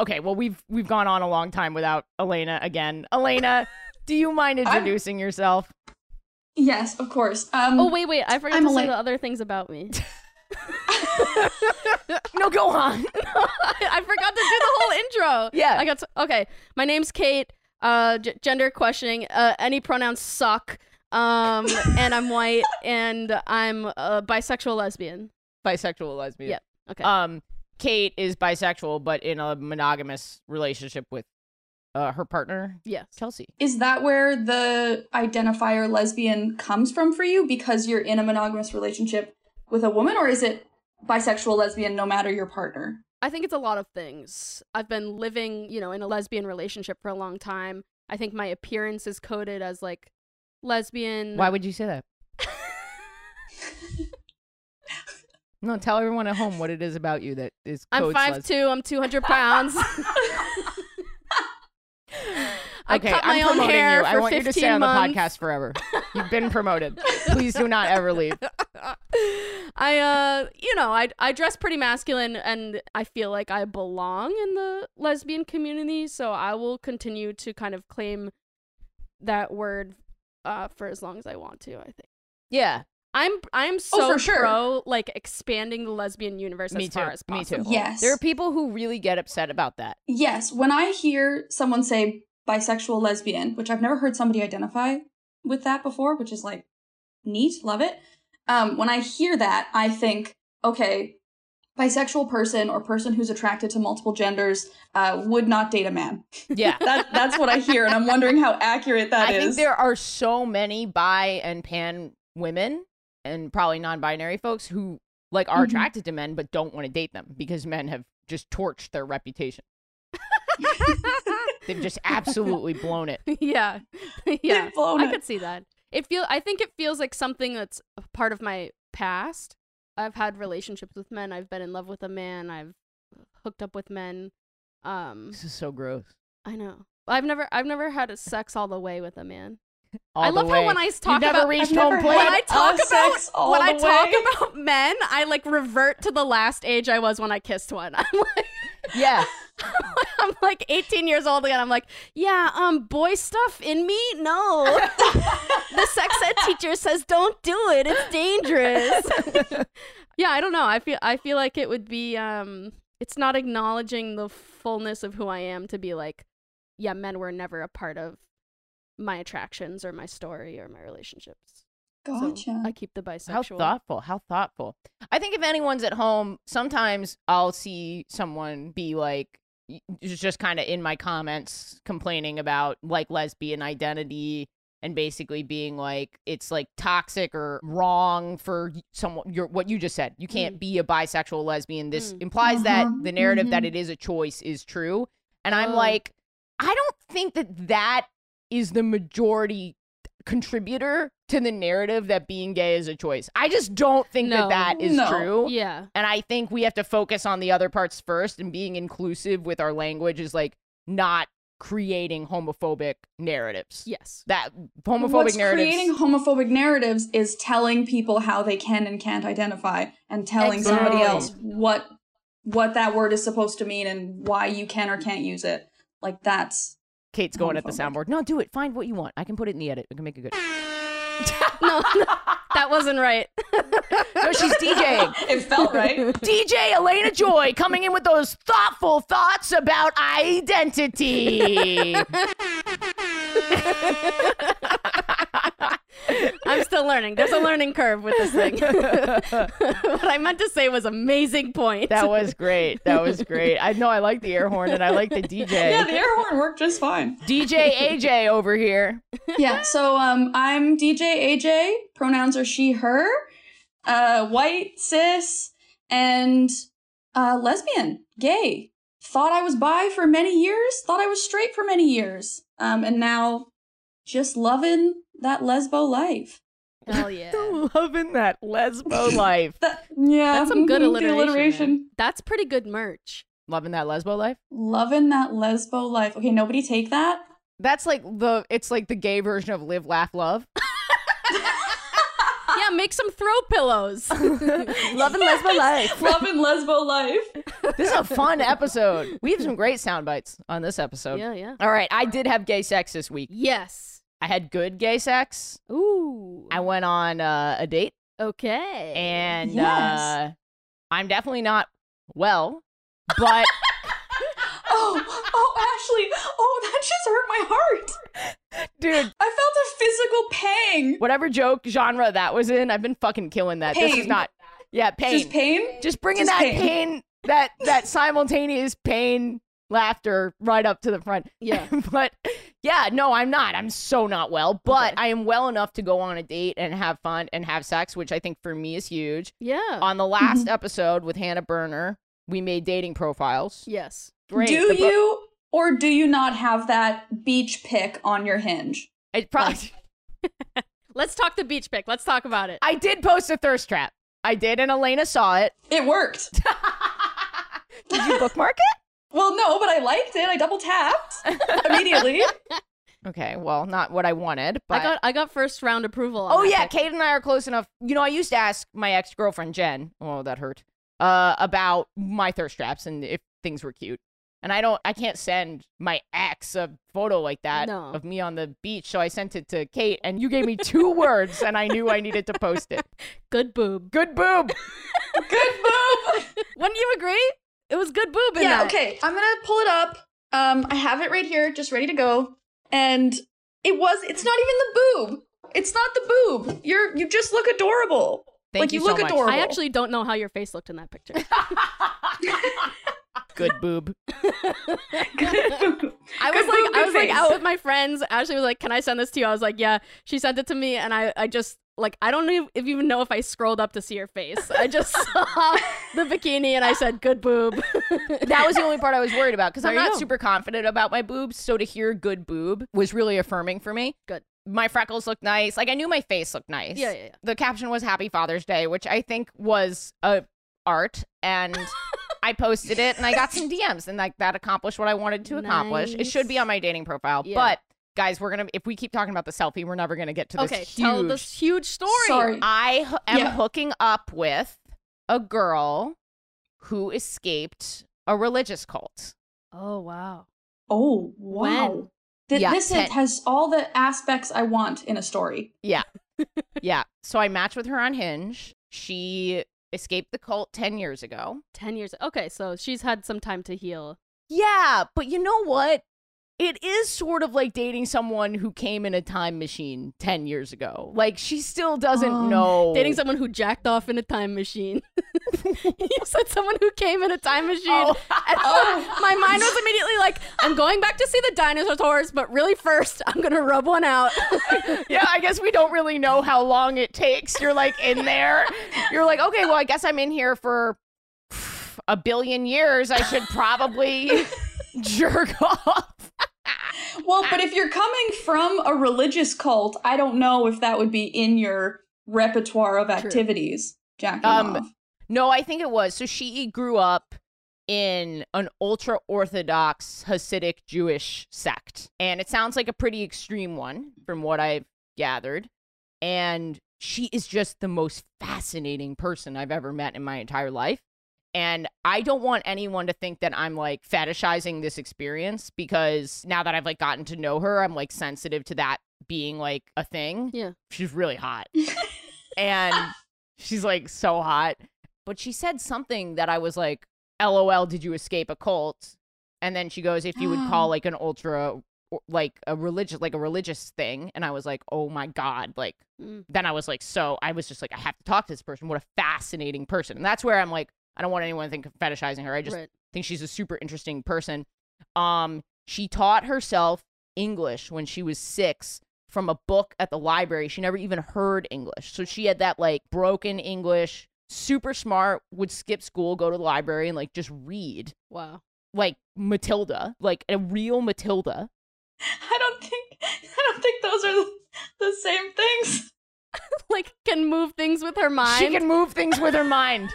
Speaker 2: Okay, well we've we've gone on a long time without Elena again. Elena, do you mind (laughs)
Speaker 3: I'm-
Speaker 2: introducing yourself?
Speaker 3: yes, of course. Um,
Speaker 1: Oh wait, wait. I forgot
Speaker 3: I'm
Speaker 1: to say
Speaker 3: Elaine.
Speaker 1: the other things about me. (laughs)
Speaker 2: No, go on.
Speaker 1: I forgot to do the whole intro.
Speaker 2: (laughs) Yeah.
Speaker 1: I got s okay. My name's Kate. Uh, g- gender questioning. Uh, any pronouns suck. Um, and I'm white, and I'm a bisexual lesbian.
Speaker 2: bisexual lesbian.
Speaker 1: Yeah, okay.
Speaker 2: Um, Kate is bisexual, but in a monogamous relationship with uh, her partner
Speaker 1: Yes.
Speaker 2: Kelsey.
Speaker 3: Is that where the identifier lesbian comes from for you because you're in a monogamous relationship with a woman, or is it bisexual lesbian no matter your partner?
Speaker 1: I think it's a lot of things. I've been living, you know, in a lesbian relationship for a long time. I think my appearance is coded as like lesbian.
Speaker 2: Why would you say that? no, tell everyone at home what it is about you that is.
Speaker 1: I'm
Speaker 2: codes
Speaker 1: five
Speaker 2: lesbian.
Speaker 1: (laughs)
Speaker 2: (laughs)
Speaker 1: two. I'm two hundred pounds. I
Speaker 2: okay,
Speaker 1: cut
Speaker 2: I'm
Speaker 1: my own
Speaker 2: promoting
Speaker 1: hair
Speaker 2: you. I
Speaker 1: for
Speaker 2: want you to stay
Speaker 1: 15
Speaker 2: on the
Speaker 1: months.
Speaker 2: podcast forever. You've been promoted. Please do not ever (laughs) leave.
Speaker 1: (laughs) I uh you know, I I dress pretty masculine and I feel like I belong in the lesbian community, so I will continue to kind of claim that word uh for as long as I want to, I think.
Speaker 4: Yeah.
Speaker 1: I'm I'm so
Speaker 3: Oh, for sure.
Speaker 1: pro like expanding the lesbian universe
Speaker 2: Me
Speaker 1: as far
Speaker 2: too.
Speaker 1: as
Speaker 2: Me too.
Speaker 1: possible. (laughs)
Speaker 3: Yes.
Speaker 2: There are people who really get upset about that.
Speaker 3: (laughs) Yes, when I hear someone say bisexual lesbian, which I've never heard somebody identify with that before, which is like neat, love it. Um, when I hear that, I think, okay, bisexual person or person who's attracted to multiple genders uh, would not date a man.
Speaker 2: Yeah.
Speaker 3: That, that's what I hear, and I'm wondering how accurate that
Speaker 2: I
Speaker 3: is.
Speaker 2: think there are so many bi and pan women and probably non-binary folks who like are
Speaker 3: Mhm.
Speaker 2: attracted to men but don't want to date them because men have just torched their reputation. They've just absolutely blown it.
Speaker 1: (laughs) yeah. (laughs) yeah.
Speaker 3: They've blown
Speaker 1: I
Speaker 3: it.
Speaker 1: could see that. It feel I think it feels like something that's a part of my past. I've had relationships with men. I've been in love with a man. I've hooked up with men. Um,
Speaker 2: This is so gross.
Speaker 1: I know. I've never I've never had a sex all the way with a man.
Speaker 2: All
Speaker 1: I
Speaker 2: the
Speaker 1: love
Speaker 2: way.
Speaker 1: how when I s- talk
Speaker 2: you never
Speaker 1: about
Speaker 2: reached
Speaker 3: I've never
Speaker 2: home plate.
Speaker 1: when
Speaker 3: had
Speaker 1: I talk
Speaker 3: a
Speaker 1: about
Speaker 3: sex all
Speaker 1: when I
Speaker 3: the way.
Speaker 1: talk (laughs) about men, I like revert to the last age I was when I kissed one. (laughs) I'm like,
Speaker 2: yeah.
Speaker 1: (laughs) I'm like 18 years old again. I'm like, yeah, um, boy stuff in me? No. (laughs) the sex ed teacher says don't do it. It's
Speaker 3: (laughs)
Speaker 1: dangerous. (laughs) yeah, I don't know. I feel I feel like it would be um it's not acknowledging the fullness of who I am to be like, yeah, men were never a part of my attractions or my story or my relationships. So
Speaker 3: Gotcha.
Speaker 1: I keep the bisexual.
Speaker 2: How thoughtful. How thoughtful. I think if anyone's at home, sometimes I'll see someone be like, y- just kind of in my comments complaining about like lesbian identity and basically being like it's like toxic or wrong for y- someone your what you just said you can't be a bisexual lesbian this
Speaker 1: Mm. Mm-hmm.
Speaker 2: implies
Speaker 3: Uh-huh.
Speaker 2: that the narrative that
Speaker 3: Mhm.
Speaker 2: it is a choice is true and i'm
Speaker 1: Oh.
Speaker 2: like i don't think that that is the majority contributor to the narrative that being gay is a choice. I just don't think
Speaker 1: No.
Speaker 2: that that is
Speaker 3: No.
Speaker 2: true.
Speaker 1: Yeah.
Speaker 2: And I think we have to focus on the other parts first and being inclusive with our language is like not creating homophobic narratives.
Speaker 1: Yes.
Speaker 2: That homophobic
Speaker 3: What's
Speaker 2: narratives
Speaker 3: creating homophobic narratives is telling people how they can and can't identify, and telling
Speaker 1: Exactly.
Speaker 3: somebody else what what that word is supposed to mean and why you can or can't use it. Like that's
Speaker 2: Kate's going at the
Speaker 3: homophobic.
Speaker 2: soundboard. No, do it. Find what you want. I can put it in the edit. I can make it good.
Speaker 1: No, that wasn't right.
Speaker 2: No, she's
Speaker 3: (laughs)
Speaker 2: DJing.
Speaker 3: it felt right.
Speaker 2: DJ Elena Joy coming in with those thoughtful thoughts about
Speaker 3: (laughs)
Speaker 2: identity.
Speaker 1: I'm still learning. There's a learning curve with this thing. (laughs) what I meant to say was amazing point. (laughs)
Speaker 2: (laughs) That was great. That was great. I know I like the air horn and I like the DJ. (laughs)
Speaker 3: yeah, the air horn worked just fine.
Speaker 2: DJ AJ over here.
Speaker 3: yeah, so um, I'm DJ AJ. Pronouns are she, her, uh, white, cis, and uh, lesbian, gay. Thought I was bi for many years, thought I was straight for many years. Um, and now just loving that lesbo life.
Speaker 1: Hell (laughs) yeah.
Speaker 2: Loving that (laughs) lesbo life.
Speaker 3: That, yeah,
Speaker 1: That's some good
Speaker 3: mhm, the
Speaker 1: alliteration. man. That's pretty good (laughs) merch.
Speaker 2: Loving that lesbo life.
Speaker 3: Loving that lesbo life. Okay, nobody take that.
Speaker 2: That's like the it's like the gay version of live laugh love.
Speaker 1: Yeah, make some throw (laughs) pillows.
Speaker 2: (laughs) Loving lesbo life.
Speaker 3: (laughs) Loving lesbo life.
Speaker 2: (laughs) This is a fun episode. We have some great sound bites on this episode.
Speaker 1: yeah, yeah.
Speaker 2: All right, I did have gay sex this week.
Speaker 1: Yes.
Speaker 2: I had good gay sex.
Speaker 1: Ooh.
Speaker 2: I went on uh, a date
Speaker 1: okay.
Speaker 2: and
Speaker 3: Yes.
Speaker 2: uh, I'm definitely not well, but
Speaker 3: Oh, oh, Ashley. Oh, that just hurt my heart.
Speaker 2: (laughs) dude,
Speaker 3: I felt a physical pang.
Speaker 2: whatever joke genre that was in, I've been fucking killing that. This is
Speaker 3: Pain.
Speaker 2: not. Yeah, pain.
Speaker 3: Just pain?
Speaker 2: Just bringing
Speaker 3: just
Speaker 2: that pain.
Speaker 3: pain.
Speaker 2: that that simultaneous pain laughter right up to the front.
Speaker 1: Yeah.
Speaker 2: (laughs) but yeah, no, I'm not. I'm so not well, but I am well enough to go on a date and have fun and have sex, which I think for me is huge.
Speaker 3: Uh,
Speaker 1: yeah.
Speaker 2: On the
Speaker 3: mm-hmm.
Speaker 2: last episode with Hannah Berner, we made dating profiles.
Speaker 1: yes.
Speaker 2: Great.
Speaker 3: Do
Speaker 2: The pro-
Speaker 3: you or do you not have that beach pick on your hinge?
Speaker 2: It
Speaker 3: (laughs)
Speaker 2: probably,
Speaker 1: Let's talk the beach pick. Let's talk about it.
Speaker 2: I did post a thirst trap.
Speaker 3: (laughs)
Speaker 2: I did, and Elena saw it. (laughs)
Speaker 3: It worked.
Speaker 2: Did you bookmark it?
Speaker 3: Well, no, but I liked it. I double
Speaker 2: (laughs)
Speaker 3: tapped immediately.
Speaker 2: Okay, well, not what I wanted, but
Speaker 1: I got I got first round approval. on
Speaker 2: Oh
Speaker 1: that
Speaker 2: yeah,
Speaker 1: pic.
Speaker 2: Kate and I are close enough. You know, I used to ask my ex girlfriend Jen. Oh, that hurt. Uh, about my thirst traps and if things were cute. And I don't, I can't send my ex a photo like that
Speaker 1: No.
Speaker 2: of me on the beach. So I sent it to Kate, and you gave me two (laughs) words, and I knew I needed to post it.
Speaker 1: good boob.
Speaker 2: Good boob.
Speaker 3: Good move.
Speaker 1: (laughs)
Speaker 2: (laughs)
Speaker 1: Wouldn't you agree? It was good boob in
Speaker 3: yeah,
Speaker 1: that.
Speaker 3: okay. I'm gonna pull it up. Um, I have it right here, just ready to go. And it was. It's not even the boob. It's not the boob. You're. You just look adorable.
Speaker 2: Thank
Speaker 3: like
Speaker 2: you
Speaker 3: you,
Speaker 2: so
Speaker 3: look
Speaker 2: much.
Speaker 3: adorable.
Speaker 1: I actually don't know how your face looked in that picture.
Speaker 2: Good boob.
Speaker 3: (laughs)
Speaker 1: I was
Speaker 3: Good
Speaker 1: like
Speaker 3: boob,
Speaker 1: I
Speaker 3: good
Speaker 1: was like
Speaker 3: face.
Speaker 1: out with my friends. Ashley was like, "Can I send this to you?" I was like, "Yeah." She sent it to me, and I I just like I don't even- if even know if I scrolled up to see her face. I just saw the bikini and I said, "Good boob."
Speaker 2: (laughs) That was the only part I was worried about because I'm
Speaker 1: There you
Speaker 2: not
Speaker 1: go.
Speaker 2: super confident about my boobs. So to hear good boob was really affirming for me.
Speaker 1: Good.
Speaker 2: My freckles looked nice. Like I knew my face looked nice.
Speaker 1: Yeah, yeah, yeah.
Speaker 2: The caption was Happy Father's Day, which I think was a art
Speaker 1: (laughs)
Speaker 2: and I posted it and I got some DMs and like that accomplished what I wanted to accomplish. It should be
Speaker 1: Nice.
Speaker 2: on my dating profile.
Speaker 1: Yeah.
Speaker 2: But guys, we're going to if we keep talking about the selfie, we're never going to get to this
Speaker 1: okay,
Speaker 2: huge
Speaker 1: tell this huge story.
Speaker 3: Sorry.
Speaker 2: I h- am
Speaker 3: Yeah.
Speaker 2: hooking up with a girl who escaped a religious
Speaker 1: (laughs)
Speaker 2: cult.
Speaker 1: Oh wow.
Speaker 3: Oh wow.
Speaker 1: When?
Speaker 3: Th-
Speaker 2: Yeah,
Speaker 3: this is-
Speaker 2: ten-
Speaker 3: has all the aspects I want in a story.
Speaker 2: Yeah. So I matched with her on Hinge. She escaped the cult 10 years ago.
Speaker 1: Ten years. Okay, so she's had some time to heal.
Speaker 2: Yeah. But you know what? It is sort of like dating someone who came in a time machine 10 years ago. Like she still doesn't
Speaker 3: Um,
Speaker 2: know.
Speaker 1: Oh Dating someone who jacked off in a time machine. (laughs) you said someone who came in a time machine.
Speaker 2: (laughs) Oh.
Speaker 1: And (laughs) my mind was immediately like, I'm going back to see the dinosaurs, but really first, I'm gonna rub one out.
Speaker 2: yeah, I guess we don't really know how long it takes. You're like in there. You're like, okay, well, I guess I'm in here for a billion years. I should
Speaker 1: (laughs)
Speaker 2: probably jerk off.
Speaker 3: Well,
Speaker 2: Ah.
Speaker 3: but if you're coming from a religious cult, I don't know if that would be in your repertoire of activities, Jackie.
Speaker 2: Um, No, I think it was. So she grew up in an ultra orthodox Hasidic Jewish sect. And it sounds like a pretty extreme one from what I've gathered. And she is just the most fascinating person I've ever met in my entire life. And I don't want anyone to think that I'm like fetishizing this experience because now that I've like gotten to know her, I'm like sensitive to that being like a thing.
Speaker 1: Yeah.
Speaker 2: She's really hot. and she's like so hot. But she said something that I was like, LOL, did you escape a cult? And then she goes, if you would call like an ultra or- like a religious like a religious thing and i was like oh my god like
Speaker 1: Mm.
Speaker 2: then i was like so i was just like i have to talk to this person what a fascinating person and that's where i'm like i don't want anyone to think of fetishizing her i just
Speaker 1: Right.
Speaker 2: think she's a super interesting person um she taught herself english when she was 6 from a book at the library she never even heard english so she had that like broken english super smart would skip school go to the library and like just read
Speaker 3: (laughs)
Speaker 1: Wow.
Speaker 2: like matilda like a real matilda
Speaker 3: (laughs) I don't think I don't think those are the, the same things.
Speaker 1: Like, can move things with her mind.
Speaker 2: She can move things with her mind.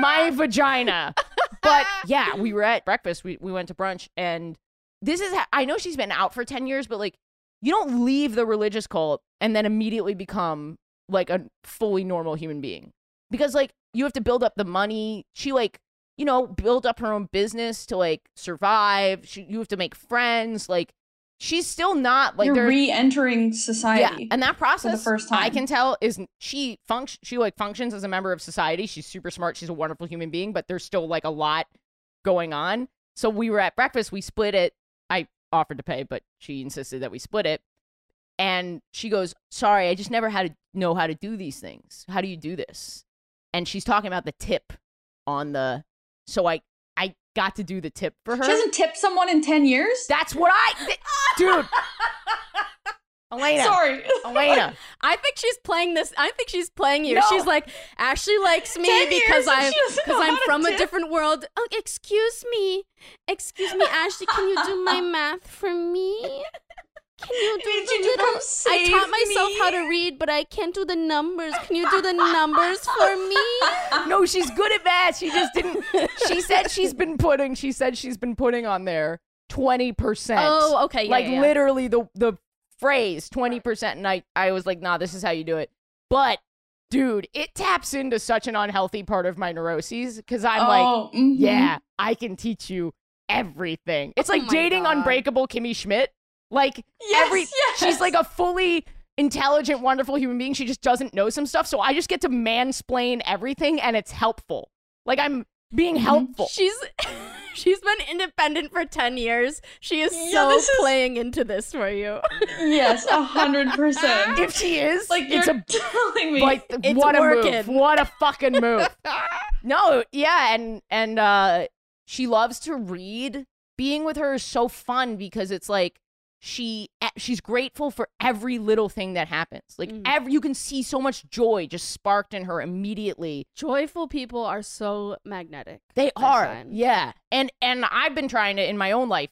Speaker 2: My vagina. But yeah, we were at breakfast. We, we went to brunch, and this is, how, I know she's been out for 10 years, but like, you don't leave the religious cult and then immediately become like a fully normal human being because like you have to build up the money. She like, you know, build up her own business to like survive. She, you have to make friends. Like, she's still not like
Speaker 3: you're
Speaker 2: there-
Speaker 3: re-entering society.
Speaker 2: yeah, and that process
Speaker 3: first
Speaker 2: I
Speaker 3: time.
Speaker 2: can tell is she function she like functions as a member of society. She's super smart. She's a wonderful human being, but there's still like a lot going on. So we were at breakfast. We split it. I offered to pay, but she insisted that we split it. And she goes, "Sorry, I just never had to know how to do these things. How do you do this?" And she's talking about the tip on the. So I I got to do the tip for her.
Speaker 3: she hasn't tipped someone in ten years.
Speaker 2: That's what I, th-
Speaker 3: (laughs)
Speaker 2: dude. Elena, (laughs)
Speaker 3: Sorry. (laughs)
Speaker 2: Elena.
Speaker 1: I think she's playing this. I think she's playing you.
Speaker 2: No.
Speaker 1: She's like, Ashley likes me
Speaker 3: Ten years
Speaker 1: because
Speaker 3: and
Speaker 1: I'm
Speaker 3: she doesn't know
Speaker 1: because I'm
Speaker 3: how to
Speaker 1: from a
Speaker 3: dip.
Speaker 1: different world. Oh,
Speaker 3: (laughs)
Speaker 1: excuse me, excuse me, Ashley. Can you do my math for me? Can you do
Speaker 3: Did
Speaker 1: the
Speaker 3: you
Speaker 1: little-
Speaker 3: come save
Speaker 1: I taught myself
Speaker 3: me?
Speaker 1: how to read, but I can't do the numbers. Can you do the numbers for
Speaker 3: (laughs)
Speaker 1: me?
Speaker 2: No, she's good at math. She just
Speaker 1: (laughs)
Speaker 2: didn't. She said she's been putting. She said she's been putting on there twenty percent.
Speaker 1: Oh, okay. Yeah,
Speaker 2: like
Speaker 1: yeah, yeah.
Speaker 2: literally the the phrase twenty percent. And I I was like, nah, this is how you do it. But dude, it taps into such an unhealthy part of my neuroses because I'm like,
Speaker 3: oh, mhm.
Speaker 2: yeah, I can teach you everything. It's
Speaker 1: Mm-hmm. Oh
Speaker 2: like
Speaker 1: my
Speaker 2: dating
Speaker 1: God.
Speaker 2: Unbreakable Kimmy Schmidt. Like
Speaker 3: Yes,
Speaker 2: every
Speaker 3: yes.
Speaker 2: she's like a fully intelligent, wonderful human being. She just doesn't know some stuff. So I just get to mansplain everything and it's helpful. Like I'm being
Speaker 1: Mm-hmm.
Speaker 2: helpful.
Speaker 1: She's (laughs) she's been independent for ten years. She is
Speaker 3: Yeah,
Speaker 1: so
Speaker 3: this is-
Speaker 1: playing into this for you.
Speaker 3: yes, a
Speaker 2: (laughs)
Speaker 3: hundred percent.
Speaker 2: If she is,
Speaker 3: Like you're (laughs)
Speaker 2: it's a
Speaker 3: telling me.
Speaker 2: like
Speaker 1: (laughs) It's
Speaker 2: what a move.
Speaker 1: working.
Speaker 2: What a fucking move.
Speaker 3: Ah,
Speaker 2: no, yeah, and and uh she loves to read. Being with her is so fun because it's like she e, she's grateful for every little thing that happens. Like
Speaker 1: Mhm.
Speaker 2: every you can see so much joy just sparked in her immediately
Speaker 1: Joyful people are so magnetic.
Speaker 2: they
Speaker 1: That's
Speaker 2: are.
Speaker 1: fine.
Speaker 2: Yeah. And and I've been trying to in my own life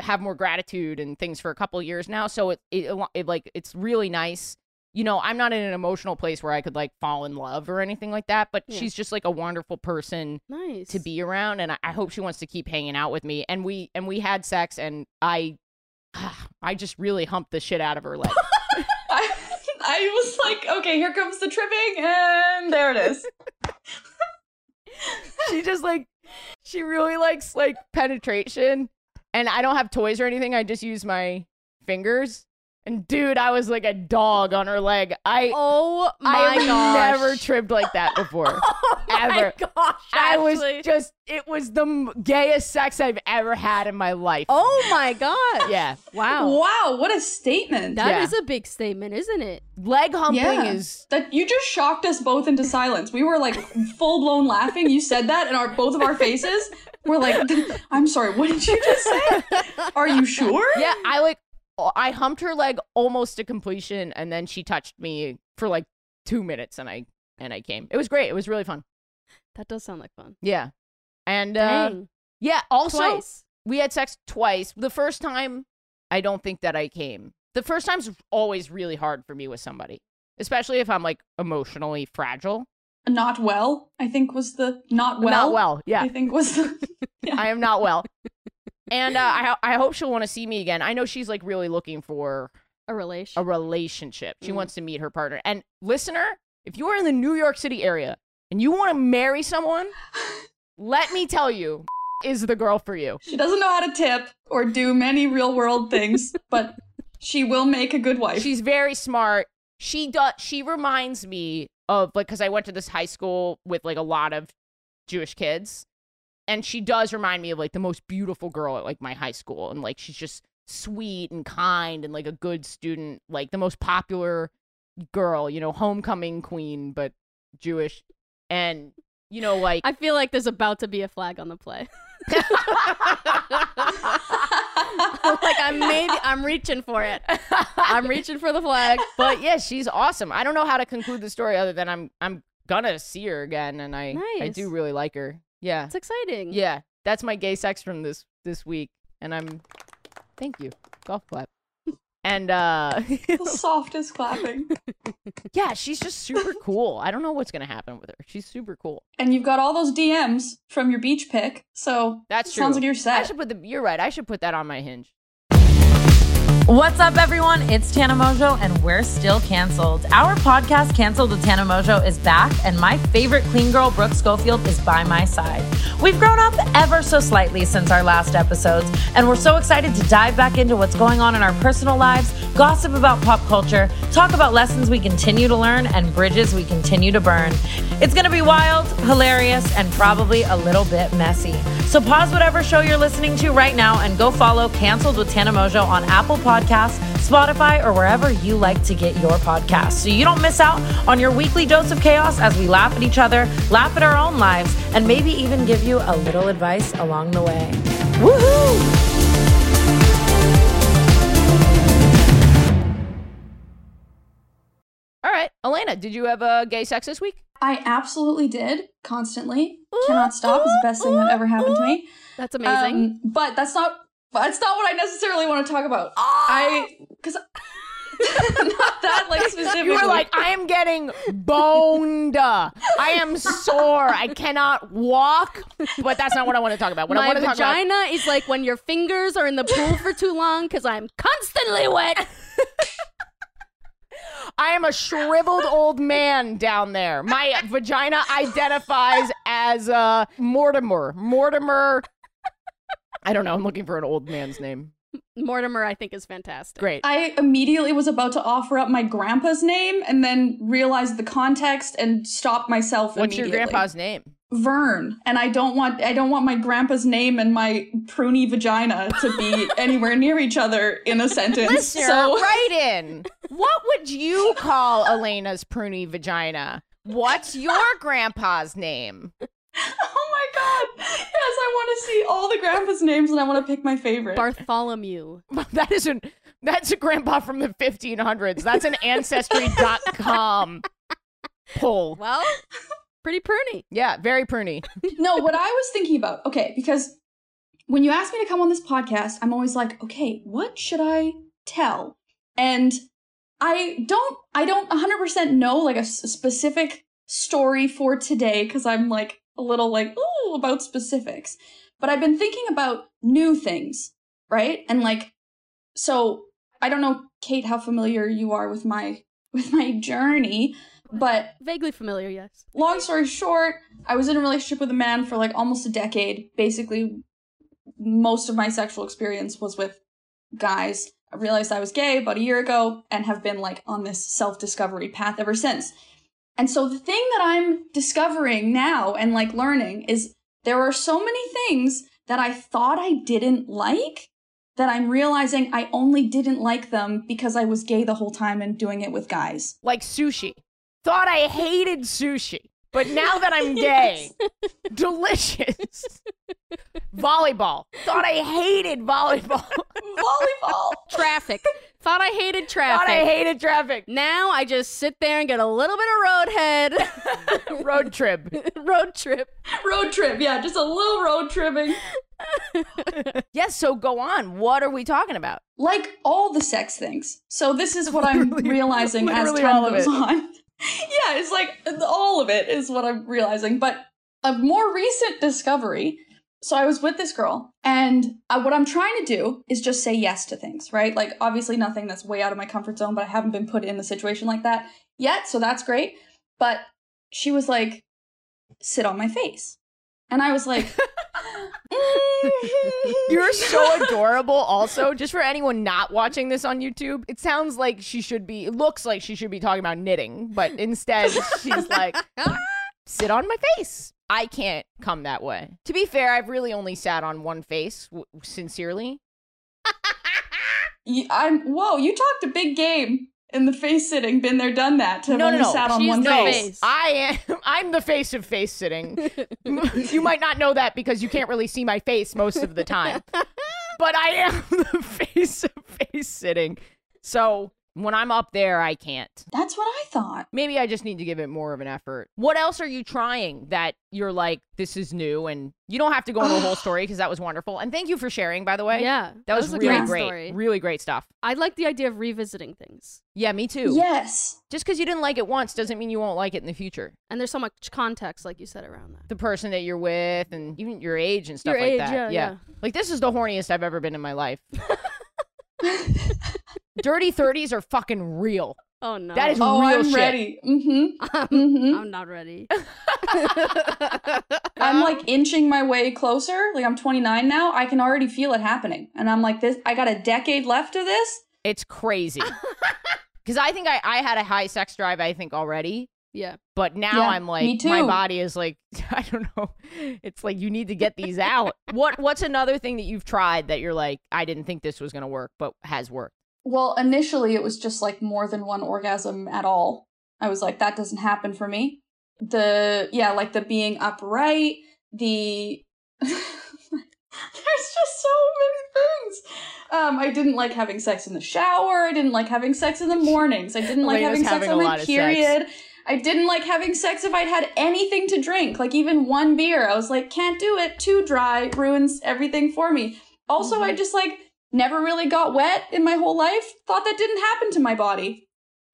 Speaker 2: have more gratitude and things for a couple years now, so it, it it like it's really nice. You know, I'm not in an emotional place where I could like fall in love or anything like that, but
Speaker 1: Yeah.
Speaker 2: she's just like a wonderful person
Speaker 1: Nice
Speaker 2: to be around and I, I hope she wants to keep hanging out with me. And we and we had sex and I (sighs) I just really humped the shit out of her
Speaker 1: (laughs)
Speaker 2: leg.
Speaker 3: I, (laughs) I was like, okay, here comes the tripping, and there it is.
Speaker 2: she just like she really likes like penetration and i don't have toys or anything i just use my fingers and dude i was like a dog on her leg i
Speaker 1: Oh my
Speaker 2: i have
Speaker 1: gosh!
Speaker 2: never tripped like that before
Speaker 1: (laughs) Oh my
Speaker 2: ever.
Speaker 1: gosh!
Speaker 2: i was
Speaker 1: Ashley.
Speaker 2: just it was the m- gayest sex i've ever had in my life
Speaker 1: Oh my gosh!
Speaker 2: yeah
Speaker 1: Wow.
Speaker 3: Wow, what a statement!
Speaker 1: That is
Speaker 2: Yeah.
Speaker 1: a big statement, isn't it?
Speaker 2: leg humping
Speaker 3: Yeah.
Speaker 2: is
Speaker 3: That you just shocked us both into silence. We were like full blown laughing. You said that, and our both of our faces were like, (laughs) "I'm sorry, what did you just say? Are you sure?"
Speaker 2: yeah i like i humped her leg almost to completion and then she touched me for like two minutes and i and i came it was great it was really fun
Speaker 1: That does sound like fun.
Speaker 2: yeah and uh
Speaker 1: Dang.
Speaker 2: Yeah. Also,
Speaker 1: Twice.
Speaker 2: we had sex twice. The first time, I don't think that I came. The first time's always really hard for me with somebody, especially if I'm like emotionally fragile.
Speaker 3: Not well. I think was the not well.
Speaker 2: Not well.
Speaker 3: (laughs)
Speaker 2: Yeah.
Speaker 3: I think was the
Speaker 2: I am not well. And uh, I, I hope she'll want to see me again. I know she's like really looking for
Speaker 1: A relation.
Speaker 2: a relationship. She
Speaker 1: Mm.
Speaker 2: wants to meet her partner. And listener, if you are in the New York City area and you want to marry someone, let me tell you, is the girl for you.
Speaker 3: she doesn't know how to tip or do many real world things, but she will make a good wife.
Speaker 2: She's very smart. She does. She reminds me of like because I went to this high school with like a lot of Jewish kids, and she does remind me of like the most beautiful girl at like my high school, and like she's just sweet and kind and like a good student, like the most popular girl, you know, homecoming queen, but Jewish, and you know, like (laughs)
Speaker 1: I (laughs) feel like there's about to be a flag on the play. like I'm maybe I'm reaching for it. I'm (laughs) reaching for the flag.
Speaker 2: but yeah, she's awesome. I don't know how to conclude the story other than I'm I'm gonna see her again, and I I
Speaker 1: Nice.
Speaker 2: do really like her. Yeah,
Speaker 1: It's exciting.
Speaker 2: yeah, that's my gay sex from this this week, and I'm thank you golf clap. And uh
Speaker 3: (laughs)
Speaker 2: (laughs)
Speaker 3: the softest clapping.
Speaker 2: yeah, she's
Speaker 3: (laughs)
Speaker 2: just super cool. I don't know what's gonna happen with her. She's super cool.
Speaker 3: And you've got all those DMs from your beach pick, so
Speaker 2: That's true.
Speaker 3: sounds like you're set.
Speaker 2: I should put the. You're right. I should put that on my hinge.
Speaker 5: What's up, everyone? It's Tana Mojo, and we're still canceled. Our podcast, Canceled with Tana Mojo, is back, and my favorite clean girl, Brooke Schofield, is by my side. We've grown up ever so slightly since our last episodes, and we're so excited to dive back into what's going on in our personal lives, gossip about pop culture, talk about lessons we continue to learn, and bridges we continue to burn. It's going to be wild, hilarious, and probably a little bit messy. So pause whatever show you're listening to right now and go follow Canceled with Tana Mojo on Apple Podcasts, Spotify, or wherever you like to get your podcasts so you don't miss out on your weekly dose of chaos as we laugh at each other, laugh at our own lives, and maybe even give you a little advice along the way. Woohoo!
Speaker 2: All right, Elena, did you have a uh, gay sex this week?
Speaker 3: I absolutely did constantly. Cannot stop is the best thing that ever happened to me.
Speaker 1: That's amazing.
Speaker 3: Um, but that's not but that's not what I necessarily want to talk about. I because (laughs) not that like specifically.
Speaker 2: Ah! (laughs) You were like, I am getting boned. I am sore. I cannot walk. But that's not what I want to talk about. What I
Speaker 1: My
Speaker 2: want to talk about.
Speaker 1: vagina is like when your fingers are in the pool for too long because I'm constantly wet.
Speaker 2: I am a shriveled old man down there. My vagina identifies as uh, Mortimer. Mortimer. I don't know. I'm looking for an old man's name.
Speaker 1: Mortimer, I think, is fantastic.
Speaker 2: Great.
Speaker 3: I immediately was about to offer up my grandpa's name and then realized the context and stopped myself.
Speaker 2: What's your
Speaker 3: immediately.
Speaker 2: grandpa's name?
Speaker 3: Vern? And I don't want I don't want my grandpa's name and my pruny vagina to be anywhere near each other in a sentence.
Speaker 2: Listener,
Speaker 3: so (laughs)
Speaker 2: write in. What would you call Elena's pruny vagina? What's your grandpa's name?
Speaker 3: oh my god, yes, I want to see all the grandpa's names and I want to pick my favorite.
Speaker 2: (laughs)
Speaker 1: Bartholomew.
Speaker 2: That isn't. That's a grandpa from the 1500s. That's an ancestry.com poll.
Speaker 1: Well, pretty pruny.
Speaker 2: Yeah, very pruny.
Speaker 3: no, what I was thinking about, okay, because when you ask me to come on this podcast, I'm always like, okay, what should I tell? And I don't, I don't 100% know like a s- specific story for today because I'm like a little like, ooh, about specifics. But I've been thinking about new things, right? And like, so I don't know, Kate, how familiar you are with my with my journey, but
Speaker 1: Vaguely familiar, yes.
Speaker 3: long story short, I was in a relationship with a man for like almost a decade. Basically, most of my sexual experience was with guys. I realized I was gay about a year ago and have been like on this self discovery path ever since. And so the thing that I'm discovering now and like learning is there are so many things that I thought I didn't like that I'm realizing I only didn't like them because I was gay the whole time and doing it with guys.
Speaker 2: Like sushi. Thought I hated sushi, but now that
Speaker 1: (laughs)
Speaker 2: I'm gay, delicious. Volleyball. Thought I hated volleyball. (laughs)
Speaker 3: Volleyball.
Speaker 1: Traffic. (laughs) Thought I hated traffic.
Speaker 2: Thought I hated traffic.
Speaker 1: now I just sit there and get a little bit of
Speaker 2: (laughs)
Speaker 1: roadhead
Speaker 2: Road trip.
Speaker 1: (laughs) road trip.
Speaker 3: road trip. Yeah, just a little road tripping.
Speaker 2: Yes, so go on. What are we talking about?
Speaker 3: Like all the sex things. So this is what I'm realizing as
Speaker 2: (laughs) literally all
Speaker 3: time
Speaker 2: of
Speaker 3: goes
Speaker 2: it.
Speaker 3: on. (laughs) yeah, it's like all of it is what I'm realizing. But a more recent discovery. So I was with this girl, and uh, what I'm trying to do is just say yes to things, right? Like obviously nothing that's way out of my comfort zone, but I haven't been put in a situation like that yet, so that's great. But she was like, "Sit on my face," and I was like,
Speaker 2: You're so adorable, also. Just for anyone not watching this on YouTube, it sounds like she should be, it looks like she should be talking about knitting, but instead she's like, sit on my face. I can't come that way. To be fair, I've really only sat on one face, w- sincerely.
Speaker 3: You, I'm whoa, you talked a big game in the face sitting, been there, done that. To have
Speaker 2: No, no,
Speaker 3: only
Speaker 2: no.
Speaker 3: sat on
Speaker 1: She's
Speaker 3: one
Speaker 1: the
Speaker 3: face.
Speaker 1: face.
Speaker 2: I am, (laughs) I'm the face of face sitting. you might not know that because you can't really see my face most of the time. but I am (laughs) the face of face sitting. So when I'm up there, I can't.
Speaker 3: That's what I thought.
Speaker 2: Maybe I just need to give it more of an effort. What else are you trying that you're like, this is new? And you don't have to go into
Speaker 1: (sighs)
Speaker 2: a whole story because that was wonderful. And thank you for sharing, by the way.
Speaker 1: Yeah.
Speaker 2: That was,
Speaker 1: a
Speaker 2: really
Speaker 3: great
Speaker 2: great.
Speaker 1: story.
Speaker 2: Really great stuff.
Speaker 1: I like the idea of revisiting things.
Speaker 2: Yeah, me too.
Speaker 3: Yes.
Speaker 2: Just because you didn't like it once doesn't mean you won't like it in the future.
Speaker 1: And there's so much context, like you said, around that.
Speaker 2: The person that you're with and even your age and stuff
Speaker 1: Your
Speaker 2: like
Speaker 1: age, yeah,
Speaker 2: that.
Speaker 1: yeah.
Speaker 2: Like this is the horniest I've ever been in
Speaker 1: (laughs)
Speaker 2: my life. Dirty 30s are fucking real.
Speaker 1: Oh no.
Speaker 2: That is
Speaker 3: Oh,
Speaker 2: real
Speaker 3: I'm
Speaker 2: shit.
Speaker 3: ready. Mm-hmm.
Speaker 1: I'm,
Speaker 3: Mm-hmm.
Speaker 1: I'm not ready.
Speaker 3: I'm like inching my way closer. Like I'm 29 now. I can already feel it happening. And I'm like, this I got a decade left of this. (laughs)
Speaker 2: It's crazy. Because I think I, I had a high sex drive, I think, already.
Speaker 1: Yeah.
Speaker 2: But now
Speaker 3: Yeah,
Speaker 2: I'm
Speaker 3: me
Speaker 2: like, my
Speaker 3: too.
Speaker 2: body is like, (laughs) I don't know. It's like you need to get these out. what What's another thing that you've tried that you're like, I didn't think this was gonna work, but has worked?
Speaker 3: Well, initially it was just like more than one orgasm at all. I was like, that doesn't happen for me. The yeah, like the being upright, the (laughs) there's just so many things. Um, I didn't like having sex in the shower. I didn't like having sex in the mornings. I
Speaker 2: (laughs)
Speaker 3: didn't like
Speaker 2: Elena's
Speaker 3: having sex
Speaker 2: having a
Speaker 3: on
Speaker 2: lot
Speaker 3: my
Speaker 2: of sex.
Speaker 3: period. I didn't like having sex if I'd had anything to drink, like even one beer. I was like, can't do it. Too dry ruins everything for me. Also,
Speaker 2: Mm-hmm.
Speaker 3: I just like never really got wet in my whole life. Thought that didn't happen to my body.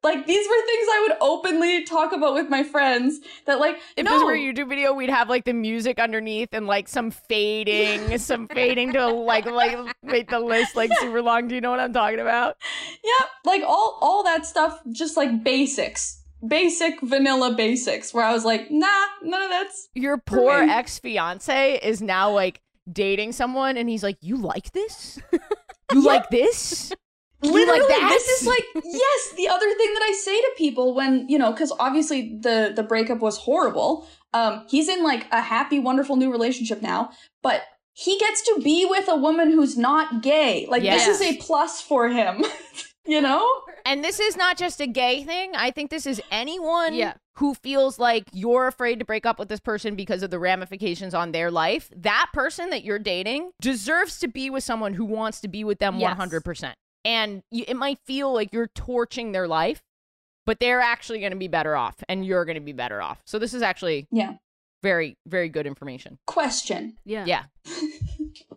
Speaker 3: Like these were things I would openly talk about with my friends. That like
Speaker 2: If
Speaker 3: no,
Speaker 2: this were a YouTube video, we'd have like the music underneath and like some fading, some fading to
Speaker 3: (laughs)
Speaker 2: like like make the list like super long. Do you know what I'm talking about?
Speaker 3: Yep, like all all that stuff, just like basics, basic vanilla basics. Where I was like, nah, none of that's.
Speaker 2: Your poor
Speaker 3: Right.
Speaker 2: ex fiance is now like dating someone, and he's like, "You
Speaker 3: (laughs)
Speaker 2: like this? You like this? You like
Speaker 3: Literally,
Speaker 2: that?
Speaker 3: this is like yes, the other thing that I say to people when you know, because obviously the the breakup was horrible. Um, he's in like a happy, wonderful new relationship now, but he gets to be with a woman who's not gay. Like this is a plus for him, (laughs) you know.
Speaker 2: And this is not just a gay thing. I think this is anyone
Speaker 1: Yeah.
Speaker 2: who feels like you're afraid to break up with this person because of the ramifications on their life. That person that you're dating deserves to be with someone who wants to be with them
Speaker 1: Yes.
Speaker 2: 100%. And you, it might feel like you're torching their life, but they're actually going to be better off and you're going to be better off. So this is actually
Speaker 3: Yeah.
Speaker 2: very, very good information.
Speaker 3: Question:
Speaker 1: Yeah.
Speaker 2: (laughs) Yeah.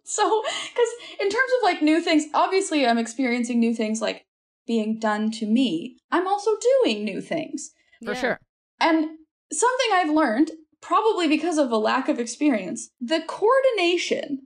Speaker 3: so because in terms of like new things obviously i'm experiencing new things like being done to me i'm also doing new things
Speaker 2: For
Speaker 1: Yeah.
Speaker 2: sure.
Speaker 3: and something i've learned probably because of a lack of experience the coordination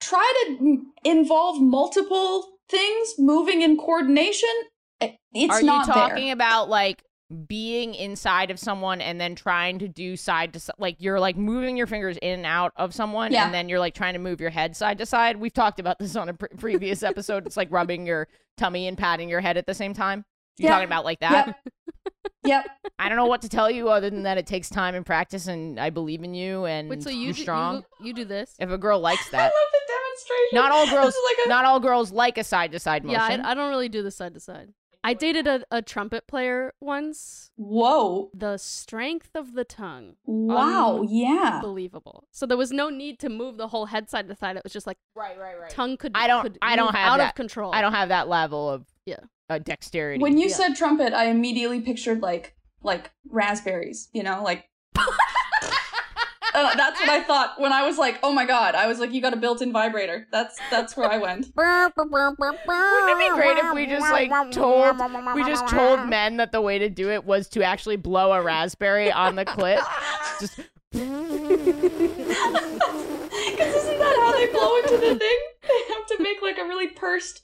Speaker 3: try to m- involve multiple things moving in coordination i- it's
Speaker 2: Are
Speaker 3: not
Speaker 2: you talking
Speaker 3: there
Speaker 2: about like being inside of someone and then trying to do side to side? Like you're like moving your fingers in and out of someone,
Speaker 3: Yeah.
Speaker 2: and then you're like trying to move your head side to side. We've talked about this on a pre- previous episode. It's like rubbing your tummy and patting your head at the same time. You're
Speaker 3: Yeah.
Speaker 2: talking about like that.
Speaker 3: Yep. (laughs)
Speaker 2: (laughs)
Speaker 3: yep
Speaker 2: I don't know what to tell you other than that it takes time and practice, and I believe in you, and
Speaker 1: Wait, so you
Speaker 2: you're
Speaker 1: do,
Speaker 2: strong.
Speaker 1: You, you do this?
Speaker 2: if a girl likes
Speaker 3: i
Speaker 2: that,
Speaker 3: love the demonstration
Speaker 2: not all
Speaker 3: (laughs)
Speaker 2: girls,
Speaker 3: This is like a-
Speaker 2: not all girls like a side to side motion.
Speaker 1: Yeah, I, I don't really do the side to side. I dated a, a trumpet player once.
Speaker 3: whoa
Speaker 1: The strength of the tongue.
Speaker 3: wow
Speaker 2: Um,
Speaker 3: yeah
Speaker 1: Unbelievable. So there was no need to move the whole head side to side. It was just like
Speaker 2: right, right, right.
Speaker 1: tongue could
Speaker 2: I don't-
Speaker 1: could
Speaker 2: I don't
Speaker 1: move
Speaker 2: have
Speaker 1: out
Speaker 2: that.
Speaker 1: of control.
Speaker 2: I don't have that level of
Speaker 1: Yeah.
Speaker 2: uh, dexterity.
Speaker 3: When you
Speaker 1: Yeah.
Speaker 3: said trumpet, I immediately pictured like like raspberries, you know, like (laughs) Uh, that's what I thought when I was like, "Oh my god!" I was like, "You got a built-in vibrator." That's that's where I (laughs) went.
Speaker 2: (laughs) Wouldn't it be great if we just like told we just told men that the way to do it was to actually blow a raspberry on the clit? Just
Speaker 3: Because isn't that how they blow into the thing? They have to make like a really pursed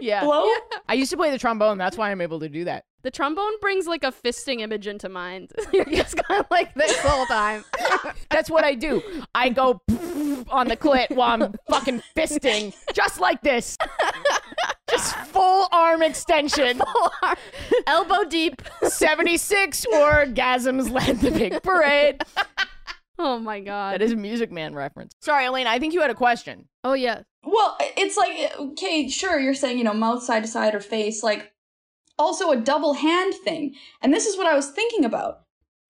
Speaker 2: yeah.
Speaker 3: blow.
Speaker 2: I used to play the trombone. That's why I'm able to do that. (laughs)
Speaker 1: The trombone brings like a fisting image into mind. You're (laughs)
Speaker 2: (laughs)
Speaker 1: just kind of like this the whole time.
Speaker 2: That's what I do. I go (laughs) on the clit while I'm fucking fisting, just like this, (laughs) just full arm extension.
Speaker 1: Elbow deep.
Speaker 2: 76 orgasms led the big parade.
Speaker 1: Oh my god.
Speaker 2: That is a Music Man reference. Sorry, Elaine. I think you had a question.
Speaker 1: oh yeah.
Speaker 3: Well, it's like okay, sure, you're saying you know mouth side to side or face, like also a double hand thing. And this is what I was thinking about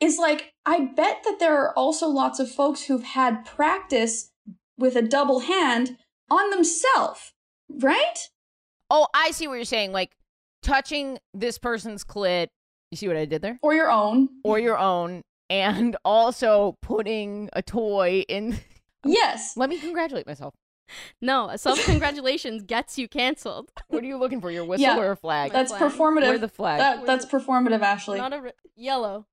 Speaker 3: is like I bet that there are also lots of folks who've had practice with a double hand on themselves, right?
Speaker 2: Oh, I see what you're saying. Like touching this person's clit. You see what I did there?
Speaker 3: Or your own.
Speaker 2: Or your own. And (laughs) also putting a toy in. (laughs)
Speaker 3: Yes.
Speaker 2: Let me congratulate myself.
Speaker 1: No, self congratulations gets you canceled.
Speaker 2: What are you looking (laughs) for? Your whistle
Speaker 3: Yeah.
Speaker 2: or a flag?
Speaker 1: Like
Speaker 3: That's
Speaker 1: flag.
Speaker 2: Where
Speaker 3: performative.
Speaker 2: the flag?
Speaker 3: that, that's performative, Ashley.
Speaker 1: Not a ri- yellow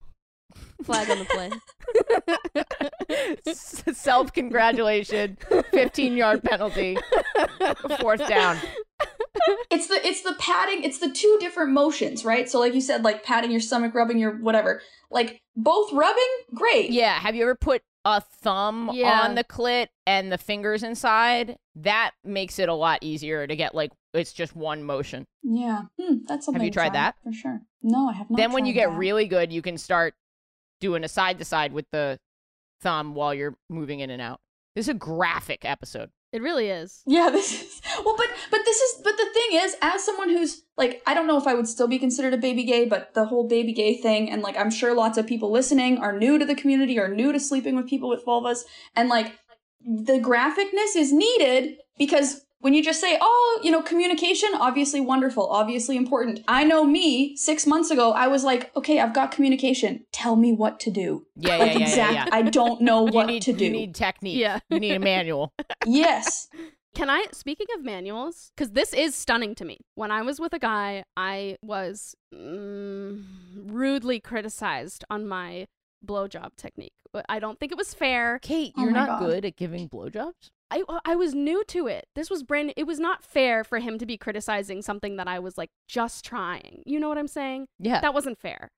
Speaker 1: flag on the play.
Speaker 2: Self (laughs) congratulation. 15 yard penalty. Fourth down.
Speaker 3: It's the it's the patting, it's the two different motions, right? So like you said like patting your stomach, rubbing your whatever. Like both rubbing, great.
Speaker 2: Yeah. Have you ever put a thumb
Speaker 1: Yeah.
Speaker 2: on the clit and the fingers inside? That makes it a lot easier to get like, it's just one motion.
Speaker 3: Yeah. Hmm, that's something.
Speaker 2: you
Speaker 3: to
Speaker 2: tried
Speaker 3: try,
Speaker 2: that?
Speaker 3: For sure. No, I have not.
Speaker 2: then when you
Speaker 3: tried
Speaker 2: get
Speaker 3: that.
Speaker 2: really good, you can start doing a side to side with the thumb while you're moving in and out. This is a graphic episode.
Speaker 1: It really is.
Speaker 3: Yeah, (laughs) this is well, but but this is but the thing is, as someone who's like, I don't know if I would still be considered a baby gay, but the whole baby gay thing, and like, I'm sure lots of people listening are new to the community, are new to sleeping with people with vulvas, and like, the graphicness is needed because when you just say, "Oh, you know, communication, obviously wonderful, obviously important," I know me. Six months ago, I was like, "Okay, I've got communication. Tell me what to do."
Speaker 2: Yeah, yeah,
Speaker 3: Like,
Speaker 2: yeah, yeah,
Speaker 3: exact.
Speaker 2: yeah.
Speaker 3: I don't know
Speaker 2: You
Speaker 3: what
Speaker 2: need
Speaker 3: to do. (laughs)
Speaker 2: You need technique.
Speaker 1: Yeah.
Speaker 2: You need a manual.
Speaker 3: yes (laughs)
Speaker 1: Can I, speaking of manuals, because this is stunning to me. When I was with a guy, I was mm, rudely criticized on my blowjob technique. But I don't think it was fair.
Speaker 2: Kate,
Speaker 3: Oh
Speaker 2: you're
Speaker 3: my
Speaker 2: not
Speaker 3: God.
Speaker 2: good at giving blowjobs.
Speaker 1: I uh, I was new to it. This was brand. It was not fair for him to be criticizing something that I was like just trying. You know what I'm saying?
Speaker 2: Yeah.
Speaker 1: That wasn't fair.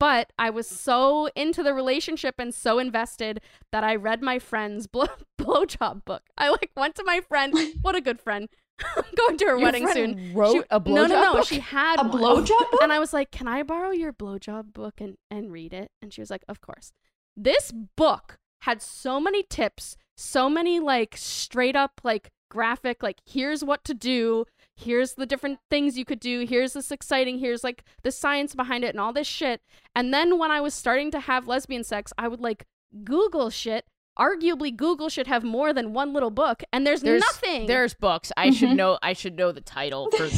Speaker 1: But I was so into the relationship and so invested that I read my friend's (laughs) blow blowjob book. I like went to my
Speaker 2: (laughs)
Speaker 1: friend. What a good friend. (laughs) I'm going to her
Speaker 2: Your
Speaker 1: wedding
Speaker 2: friend
Speaker 1: soon.
Speaker 2: Wrote
Speaker 1: She-
Speaker 2: a blowjob.
Speaker 1: No, no, no.
Speaker 2: book?
Speaker 1: She had
Speaker 3: A
Speaker 1: one.
Speaker 3: blowjob
Speaker 1: (laughs)
Speaker 3: book?
Speaker 1: And I was like, "Can I borrow your blowjob book and and read it?" And she was like, "Of course." This book had so many tips, so many like straight up like graphic like here's what to do, here's the different things you could do, here's this exciting, here's like the science behind it and all this shit. And then when I was starting to have lesbian sex, I would like Google shit. Arguably Google should have more than one little book and there's,
Speaker 2: There's
Speaker 1: nothing.
Speaker 2: There's books. I should
Speaker 3: Mhm.
Speaker 2: know. I should know
Speaker 3: (laughs)
Speaker 2: the title. For,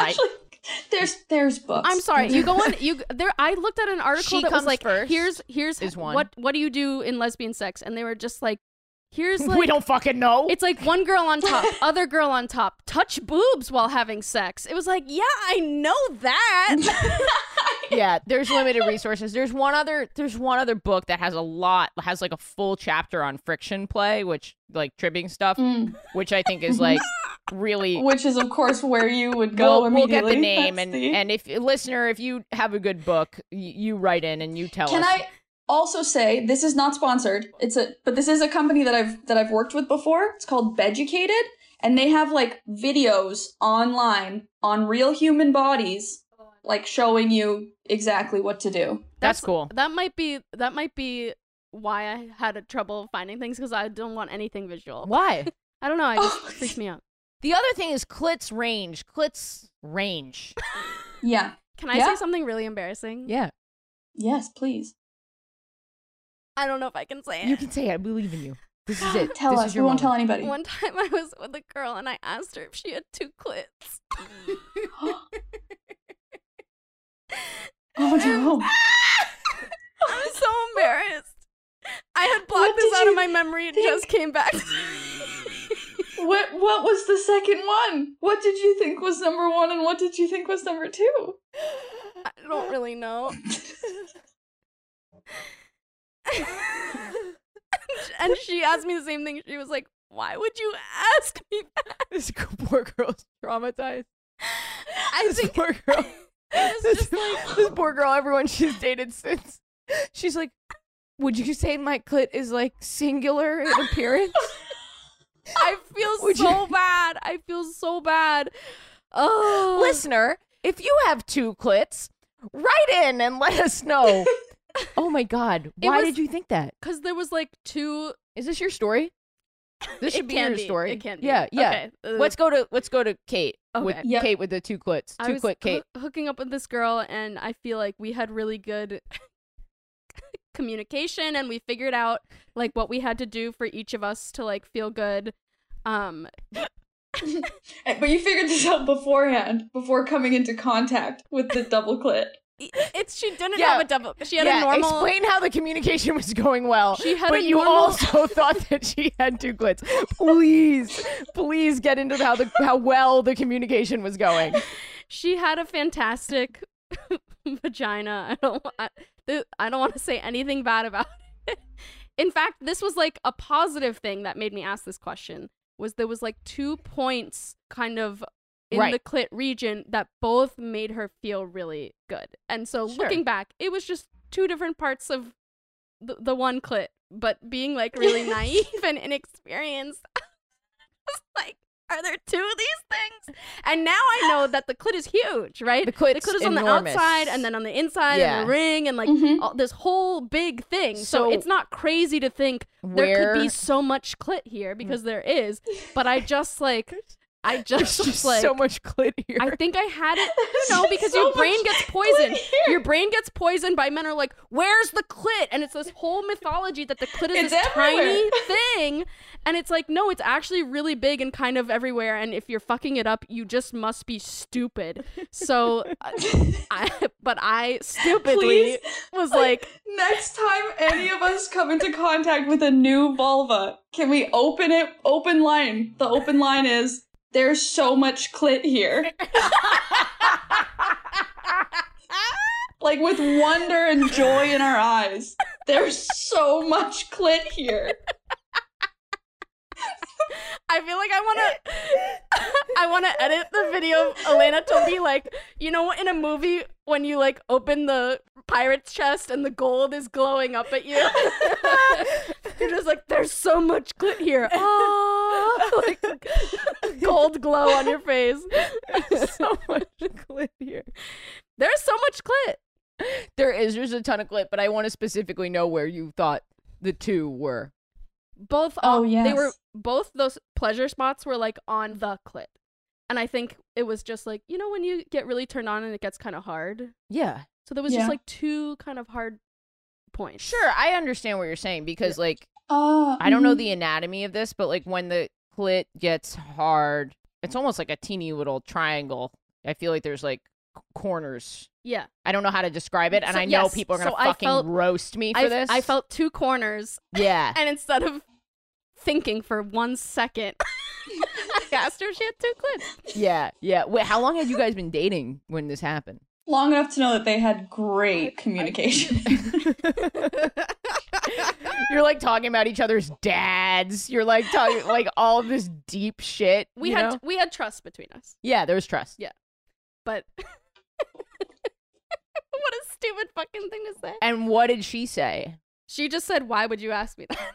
Speaker 3: Actually, there's there's books.
Speaker 1: I'm sorry.
Speaker 2: (laughs)
Speaker 1: You go on. You there. I looked at an article
Speaker 2: She
Speaker 1: that was
Speaker 2: Comes
Speaker 1: like,
Speaker 2: First
Speaker 1: here's here's
Speaker 2: is one.
Speaker 1: what what do you do in lesbian sex? And they were just like,
Speaker 2: (laughs)
Speaker 1: here's like
Speaker 2: we don't fucking know.
Speaker 1: It's like one girl on
Speaker 2: (laughs)
Speaker 1: top, other girl on top, touch boobs while having sex. It was like, yeah, I know that.
Speaker 2: yeah, there's limited
Speaker 3: (laughs)
Speaker 2: resources. There's one other. There's one other book that has a lot. Has like a full chapter on friction play, which like tripping stuff,
Speaker 3: Mm,
Speaker 2: which I think
Speaker 3: (laughs)
Speaker 2: is like really
Speaker 3: which is of course where you would go
Speaker 2: we'll, we'll
Speaker 3: immediately. (laughs)
Speaker 2: get the (laughs) name
Speaker 3: That's
Speaker 2: and,
Speaker 3: the-
Speaker 2: and if listener if you have a good book you, you write in and you tell
Speaker 3: Can
Speaker 2: us
Speaker 3: I also say this is not sponsored? It's a but this is a company that I've that I've worked with before. It's called Beducated, and they have like videos online on real human bodies, like showing you exactly what to do.
Speaker 2: that's, cool
Speaker 1: that might be that might be why I had trouble finding things because I don't want anything visual.
Speaker 2: why
Speaker 1: I don't know. I just
Speaker 3: Oh.
Speaker 1: freaks me out.
Speaker 2: (laughs) the other thing is clits range clits range
Speaker 3: Yeah.
Speaker 1: Can I
Speaker 3: Yeah.
Speaker 1: say something really embarrassing?
Speaker 2: yeah
Speaker 3: Yes, please.
Speaker 1: I don't know if I can say it.
Speaker 2: you can say it. i believe in you this is (gasps) it
Speaker 3: Tell
Speaker 2: this
Speaker 3: us.
Speaker 2: is
Speaker 3: We
Speaker 2: your
Speaker 3: won't tell
Speaker 2: moment.
Speaker 3: anybody. (laughs)
Speaker 1: One time I was with a girl and I asked her if she had two
Speaker 2: (laughs)
Speaker 1: clits.
Speaker 3: oh
Speaker 2: (laughs)
Speaker 3: no.
Speaker 1: I'm so embarrassed. I had blocked
Speaker 3: What
Speaker 1: this
Speaker 3: did
Speaker 1: out of
Speaker 3: you
Speaker 1: my memory. It
Speaker 3: think?
Speaker 1: just came
Speaker 2: (laughs)
Speaker 1: back.
Speaker 3: What what was the second one? What did you think was number one and what did you think was number two?
Speaker 1: I don't really (laughs) know. and she asked me the same thing. She was like, "Why would you ask me?" That?
Speaker 2: (laughs) this poor girl's traumatized
Speaker 1: I
Speaker 2: this
Speaker 1: think
Speaker 2: poor (laughs) girl
Speaker 1: it was
Speaker 2: this,
Speaker 1: just like
Speaker 2: (laughs) this poor girl everyone she's dated since she's like would you say my clit is like singular in appearance
Speaker 1: I (laughs) feel
Speaker 2: Would
Speaker 1: so bad. I feel so bad. Oh,
Speaker 2: listener, if you have two clits, write in and let us know. (laughs) oh my god,
Speaker 1: It
Speaker 2: why
Speaker 1: was-
Speaker 2: did you think that?
Speaker 1: because there was like two
Speaker 2: Is this your story? This
Speaker 1: It
Speaker 2: should be
Speaker 1: can
Speaker 2: your story.
Speaker 1: It can be.
Speaker 2: Yeah, yeah.
Speaker 1: Okay. uh,
Speaker 2: Let's go to let's go to Kate. With,
Speaker 1: Okay.
Speaker 3: Yep.
Speaker 2: Kate with the two clits.
Speaker 1: I
Speaker 2: Two
Speaker 1: was
Speaker 2: clit
Speaker 1: hoo-
Speaker 2: Kate.
Speaker 1: hooking up with this girl, and I feel like we had really good (laughs) communication, and we figured out like what we had to do for each of us to like feel good. Um,
Speaker 3: Eh, But you figured this out beforehand, before coming into contact with the double clit.
Speaker 1: i- E, it's she didn't
Speaker 2: Yeah.
Speaker 1: have a double. She had
Speaker 2: yeah,
Speaker 1: a normal.
Speaker 2: explain how the communication was going well.
Speaker 1: She had
Speaker 2: but
Speaker 1: a
Speaker 2: you
Speaker 1: normal-
Speaker 2: also (laughs) thought that she had two clits. Please, please get into how the how well the communication
Speaker 1: (laughs)
Speaker 2: was going.
Speaker 1: she had a fantastic (laughs) vagina. I don't. I, th- I don't want to say anything bad about it. In fact, this was like a positive thing that made me ask this question. Was there was like two points kind of in
Speaker 2: Right.
Speaker 1: the clit region that both made her feel really good. And so
Speaker 2: Sure.
Speaker 1: looking back, it was just two different parts of the, the one clit. But being like
Speaker 2: (laughs)
Speaker 1: really naive and inexperienced, I was (laughs) like, are there two of these things? And now I know that the clit is huge, right?
Speaker 2: The clit's
Speaker 1: clit is on
Speaker 2: enormous.
Speaker 1: the outside and then on the inside and
Speaker 2: Yeah.
Speaker 1: the ring and like
Speaker 3: Mhm.
Speaker 1: all, this whole big thing. So,
Speaker 2: So-
Speaker 1: it's not crazy to think there could
Speaker 2: Where-
Speaker 1: be so much clit here because there is. But I just like I just was
Speaker 2: (laughs) There's
Speaker 1: like
Speaker 2: so much clit here.
Speaker 1: I think I had it, you
Speaker 3: (laughs)
Speaker 1: know, because
Speaker 3: so
Speaker 1: your brain
Speaker 3: much
Speaker 1: gets poisoned. Your brain gets poisoned by men are like, "Where's the clit?" And it's this whole mythology that the clit is
Speaker 3: It's
Speaker 1: this tiny
Speaker 3: everywhere. (laughs)
Speaker 1: thing, and it's like, no, it's actually really big and kind of everywhere. And if you're fucking it up, you just must be stupid. So,
Speaker 3: (laughs)
Speaker 1: uh, I, but I stupidly
Speaker 3: Please,
Speaker 1: was like,
Speaker 3: Next time any of us come into contact with a new vulva, can we open it? Open line. The open line is there's so much clit
Speaker 2: (laughs)
Speaker 3: here. like with wonder and joy in our eyes. There's so much clit here.
Speaker 1: I feel like I want to (laughs) I want to edit the video of Elena to be like, you know, in a movie when you like open the pirate's chest and the gold is glowing up at you. (laughs)
Speaker 2: (laughs)
Speaker 1: You're just like, there's so much glit
Speaker 3: (laughs)
Speaker 1: here.
Speaker 2: (laughs)
Speaker 1: Oh, like gold glow on your face. (laughs)
Speaker 2: (laughs) so much clit here.
Speaker 1: There's so much clit.
Speaker 2: There is. There's a ton of clit, but I want to specifically know where you thought the two were.
Speaker 1: Both
Speaker 3: Oh,
Speaker 1: on- they were
Speaker 3: yes.
Speaker 1: both those pleasure spots were like on the clit. And I think it was just like, you know, when you get really turned on and it gets kind of hard.
Speaker 2: Yeah.
Speaker 1: So there was
Speaker 3: Yeah.
Speaker 1: just like two kind of hard points.
Speaker 2: Sure, I understand what you're saying because like
Speaker 3: Uh,
Speaker 2: I don't know the anatomy of this, but like when the clit gets hard, it's almost like a teeny little triangle. I feel like there's like c- corners.
Speaker 1: Yeah.
Speaker 2: I don't know how to describe it, and
Speaker 1: So-
Speaker 2: I know
Speaker 1: yes,
Speaker 2: people are gonna
Speaker 1: so I
Speaker 2: fucking
Speaker 1: felt-
Speaker 2: roast me for
Speaker 1: I,
Speaker 2: this.
Speaker 1: I felt two corners,
Speaker 2: yeah. (laughs)
Speaker 1: and instead of thinking for one second, (laughs) I asked her if she had two clits.
Speaker 2: Yeah, yeah. Wait, how long had you guys been dating when this happened?
Speaker 3: long enough to know that they had great communication. (laughs)
Speaker 2: You're like talking about each other's dads. You're like talking like all this deep shit.
Speaker 1: We
Speaker 2: you
Speaker 1: had
Speaker 2: know?
Speaker 1: we had trust between us,
Speaker 2: yeah, there was trust.
Speaker 1: Yeah. but (laughs) what a stupid fucking thing to say.
Speaker 2: And what did she say?
Speaker 1: She just said, "Why would you ask me that?"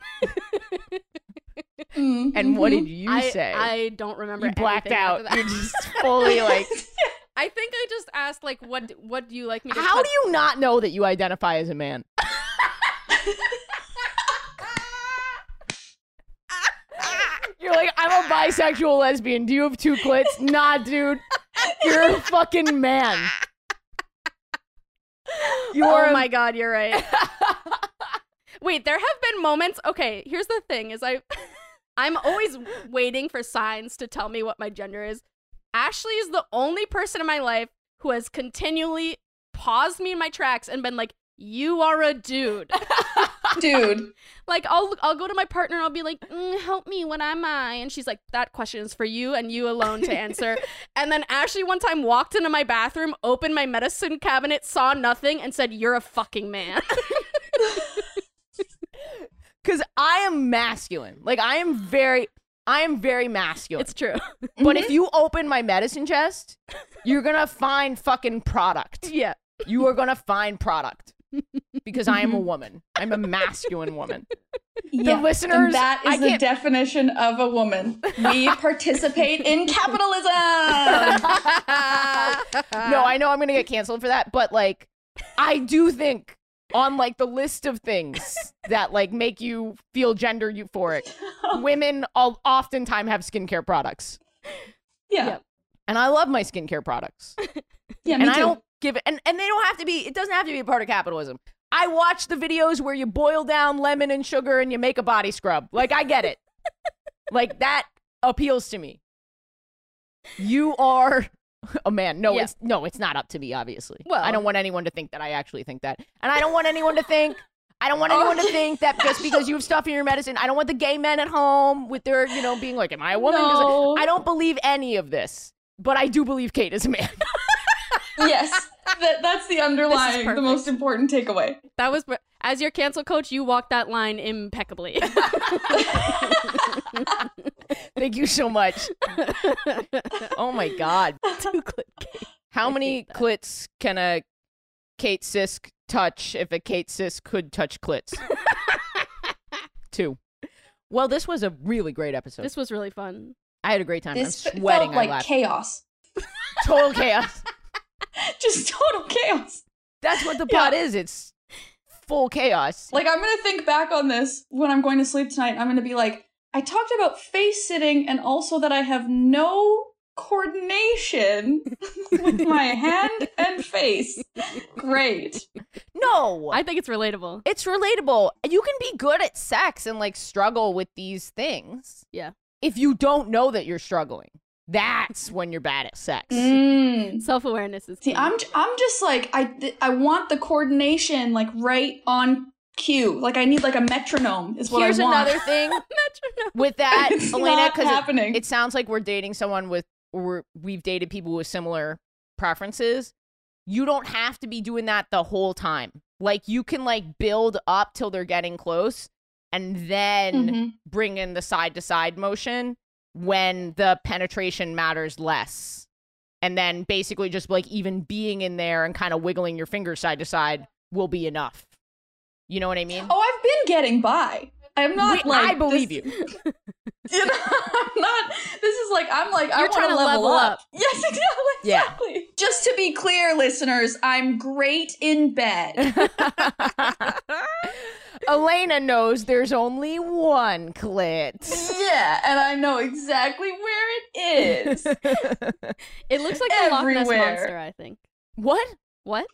Speaker 3: Mm,
Speaker 2: And what
Speaker 3: mhm.
Speaker 2: did you
Speaker 1: Mm-hmm. I,
Speaker 2: say?
Speaker 1: I don't remember.
Speaker 2: you blacked
Speaker 1: anything after
Speaker 2: out.
Speaker 1: that.
Speaker 2: You're just fully like.
Speaker 1: I think I just asked, like, what d- what do you like me to?
Speaker 2: How
Speaker 1: touch
Speaker 2: do you not know that you identify as a
Speaker 1: (laughs)
Speaker 2: man? You're like, I'm a bisexual lesbian. Do you have two clits? Nah, dude. You're a fucking man. You are
Speaker 1: oh
Speaker 2: a-
Speaker 1: my god, you're right. (laughs) Wait, there have been moments. Okay, here's the thing: is I, (laughs) I'm always waiting for signs to tell me what my gender is. Ashley is the only person in my life who has continually paused me in my tracks and been like, "You are a dude." (laughs)
Speaker 3: (laughs)
Speaker 2: (laughs)
Speaker 3: Dude,
Speaker 1: like I'll I'll go to my partner and I'll be like, mm, "Help me, what am I?" And she's like, "That question is for you and you alone to (laughs) answer." and then Ashley one time walked into my bathroom, opened my medicine cabinet, saw nothing, and said, "You're a fucking man." (laughs)
Speaker 2: Because I am masculine. Like, I am very. I am very masculine.
Speaker 1: it's
Speaker 3: (laughs)
Speaker 1: mm-hmm. true.
Speaker 2: but if you open my medicine chest, you're gonna find fucking
Speaker 1: (laughs)
Speaker 2: product.
Speaker 1: yeah.
Speaker 2: You are gonna find product because I am a woman. I'm a masculine woman.
Speaker 3: yeah.
Speaker 2: listeners-
Speaker 3: and that is
Speaker 2: I
Speaker 3: the
Speaker 2: can't-
Speaker 3: definition of a woman.
Speaker 2: (laughs)
Speaker 3: We participate in capitalism. (laughs)
Speaker 2: no, I know I'm gonna get canceled for that, but like, I do think on like the list of things that like make you feel gender euphoric, women all oftentimes have skincare products,
Speaker 3: Yeah,
Speaker 1: Yeah.
Speaker 3: yeah,
Speaker 2: and I love my skincare products,
Speaker 3: me
Speaker 2: and I
Speaker 3: too.
Speaker 2: don't (laughs) give it, and and they don't have to be. It doesn't have to be a part of capitalism. I watch the videos where you boil down lemon and sugar and you make a body scrub. Like
Speaker 3: (laughs)
Speaker 2: I get it, like that appeals to me. You are a man. No,
Speaker 1: Yeah.
Speaker 2: it's no, it's not up to me. Obviously,
Speaker 1: Well-
Speaker 2: I don't want anyone to think that I actually think that, and I don't want anyone to think. I
Speaker 3: (laughs)
Speaker 2: don't
Speaker 3: Oh.
Speaker 2: want anyone to think that just because you have stuff in your medicine, I don't want the gay men at home with their, you know, being like, "Am I a woman?" 'Cause
Speaker 3: No.
Speaker 2: I don't believe any of this, but I do believe Kate is a man.
Speaker 3: yes, that, that's the underlying, the
Speaker 1: perfect.
Speaker 3: most important takeaway.
Speaker 1: That was as your cancel coach, you walked that line
Speaker 3: (laughs)
Speaker 1: impeccably. (laughs)
Speaker 2: Thank you
Speaker 3: (laughs)
Speaker 2: so much. oh my god. How many clits can a Kate Sisk touch if a Kate Sisk could touch
Speaker 3: (laughs)
Speaker 2: clits? Two. Well, this was a really great episode.
Speaker 1: this was really fun.
Speaker 2: I had a great time.
Speaker 3: This
Speaker 2: I'm
Speaker 3: fe-
Speaker 2: sweating.
Speaker 3: felt like
Speaker 2: I laughed.
Speaker 3: chaos, (laughs)
Speaker 2: Total chaos.
Speaker 3: just total chaos.
Speaker 2: That's what the pod is. It's full chaos.
Speaker 3: Like I'm gonna think back on this when I'm going to sleep tonight. I'm gonna be like, I talked about face sitting and also that I have no coordination (laughs) with my hand and face. Great.
Speaker 2: No.
Speaker 1: I think it's relatable.
Speaker 2: it's relatable. You can be good at sex and like struggle with these things.
Speaker 1: Yeah.
Speaker 2: If you don't know that you're struggling, that's when you're bad at sex.
Speaker 3: Mm.
Speaker 1: Self awareness is.
Speaker 3: See,
Speaker 1: key.
Speaker 3: I'm I'm just like I th- I want the coordination like right on cue. Like I need like a metronome is what
Speaker 2: Here's
Speaker 3: I want.
Speaker 2: another
Speaker 3: (laughs)
Speaker 2: thing
Speaker 1: Metronome.
Speaker 2: with that,
Speaker 3: it's
Speaker 2: Elena,
Speaker 3: not
Speaker 2: because
Speaker 3: happening.
Speaker 2: it, it sounds like we're dating someone with, or we've dated people with similar preferences. You don't have to be doing that the whole time. Like you can like build up till they're getting close and then
Speaker 3: Mhm.
Speaker 2: bring in the side to side motion when the penetration matters less. And then basically just like even being in there and kind of wiggling your fingers side to side will be enough. You know what I mean?
Speaker 3: Oh, I've been getting by. I'm not
Speaker 2: We-
Speaker 3: like
Speaker 2: I believe
Speaker 3: this-
Speaker 2: you.
Speaker 3: (laughs) you know, I'm not. This is like I'm like I
Speaker 1: You're
Speaker 3: want
Speaker 1: trying to
Speaker 3: level,
Speaker 1: level
Speaker 3: up.
Speaker 1: up.
Speaker 3: (laughs) Yes, exactly.
Speaker 2: Yeah.
Speaker 3: exactly. Just to be clear, listeners, I'm great in
Speaker 2: (laughs)
Speaker 3: bed.
Speaker 2: Elena knows there's only
Speaker 3: (laughs)
Speaker 2: one clit.
Speaker 3: yeah, and I know exactly where it
Speaker 2: (laughs)
Speaker 3: is.
Speaker 1: It looks like the Loch Ness
Speaker 3: Everywhere.
Speaker 1: monster. I think.
Speaker 2: what?
Speaker 1: What?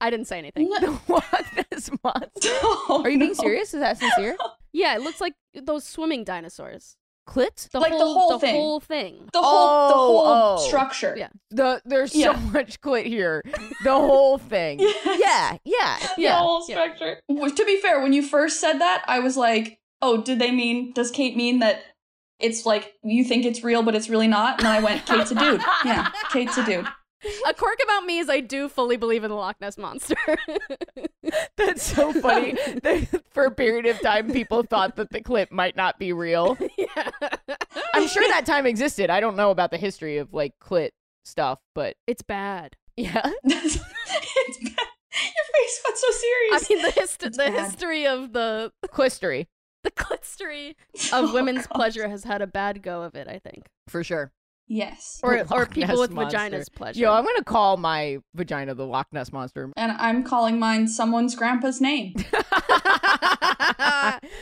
Speaker 1: I didn't say anything.
Speaker 2: The what? (laughs) This monster?
Speaker 3: (laughs) No,
Speaker 2: Are you being
Speaker 3: no.
Speaker 2: serious? Is
Speaker 3: (laughs)
Speaker 2: that sincere?
Speaker 1: Yeah, it looks like those swimming dinosaurs.
Speaker 2: Clit?
Speaker 1: The
Speaker 3: Like the
Speaker 1: whole,
Speaker 3: whole
Speaker 1: the
Speaker 3: thing.
Speaker 1: whole thing.
Speaker 3: The whole the
Speaker 2: Oh,
Speaker 3: whole
Speaker 2: oh.
Speaker 3: structure.
Speaker 1: Yeah.
Speaker 2: The there's
Speaker 3: Yeah.
Speaker 2: so much clit here. The whole thing. Yeah,
Speaker 3: (laughs)
Speaker 2: yeah.
Speaker 1: Yeah,
Speaker 3: the whole
Speaker 1: yeah.
Speaker 3: structure. Which, to be fair, when you first said that, I was like, "Oh, did they mean? Does Kate mean that it's like you think it's real, but it's really not?" And I went, "Kate's a dude. Yeah, Kate's a dude.
Speaker 1: A quirk about me is I do fully believe in the Loch Ness monster. (laughs)
Speaker 2: That's so
Speaker 3: (laughs)
Speaker 2: funny. (laughs) that For a period of time, people thought that the clip might not be real.
Speaker 1: yeah.
Speaker 2: I'm sure that time existed. I don't know about the history of like clit stuff,
Speaker 3: (laughs)
Speaker 2: but
Speaker 1: It's bad.
Speaker 2: yeah.
Speaker 3: it's bad. Your face got so
Speaker 1: I
Speaker 3: serious.
Speaker 1: mean the hist- the
Speaker 3: bad.
Speaker 1: history of the
Speaker 2: Clistery,
Speaker 1: (laughs) the history of
Speaker 3: (laughs) Oh,
Speaker 1: women's
Speaker 3: God.
Speaker 1: pleasure has had a bad go of it, I think.
Speaker 2: for sure.
Speaker 3: Yes,
Speaker 1: Or
Speaker 2: The
Speaker 1: or
Speaker 2: Loch
Speaker 1: people
Speaker 2: Ness
Speaker 1: with
Speaker 2: Monster.
Speaker 1: vaginas pleasure.
Speaker 2: Yo, I'm going to call my vagina the Loch Ness Monster.
Speaker 3: and I'm calling mine someone's grandpa's name.
Speaker 1: (laughs)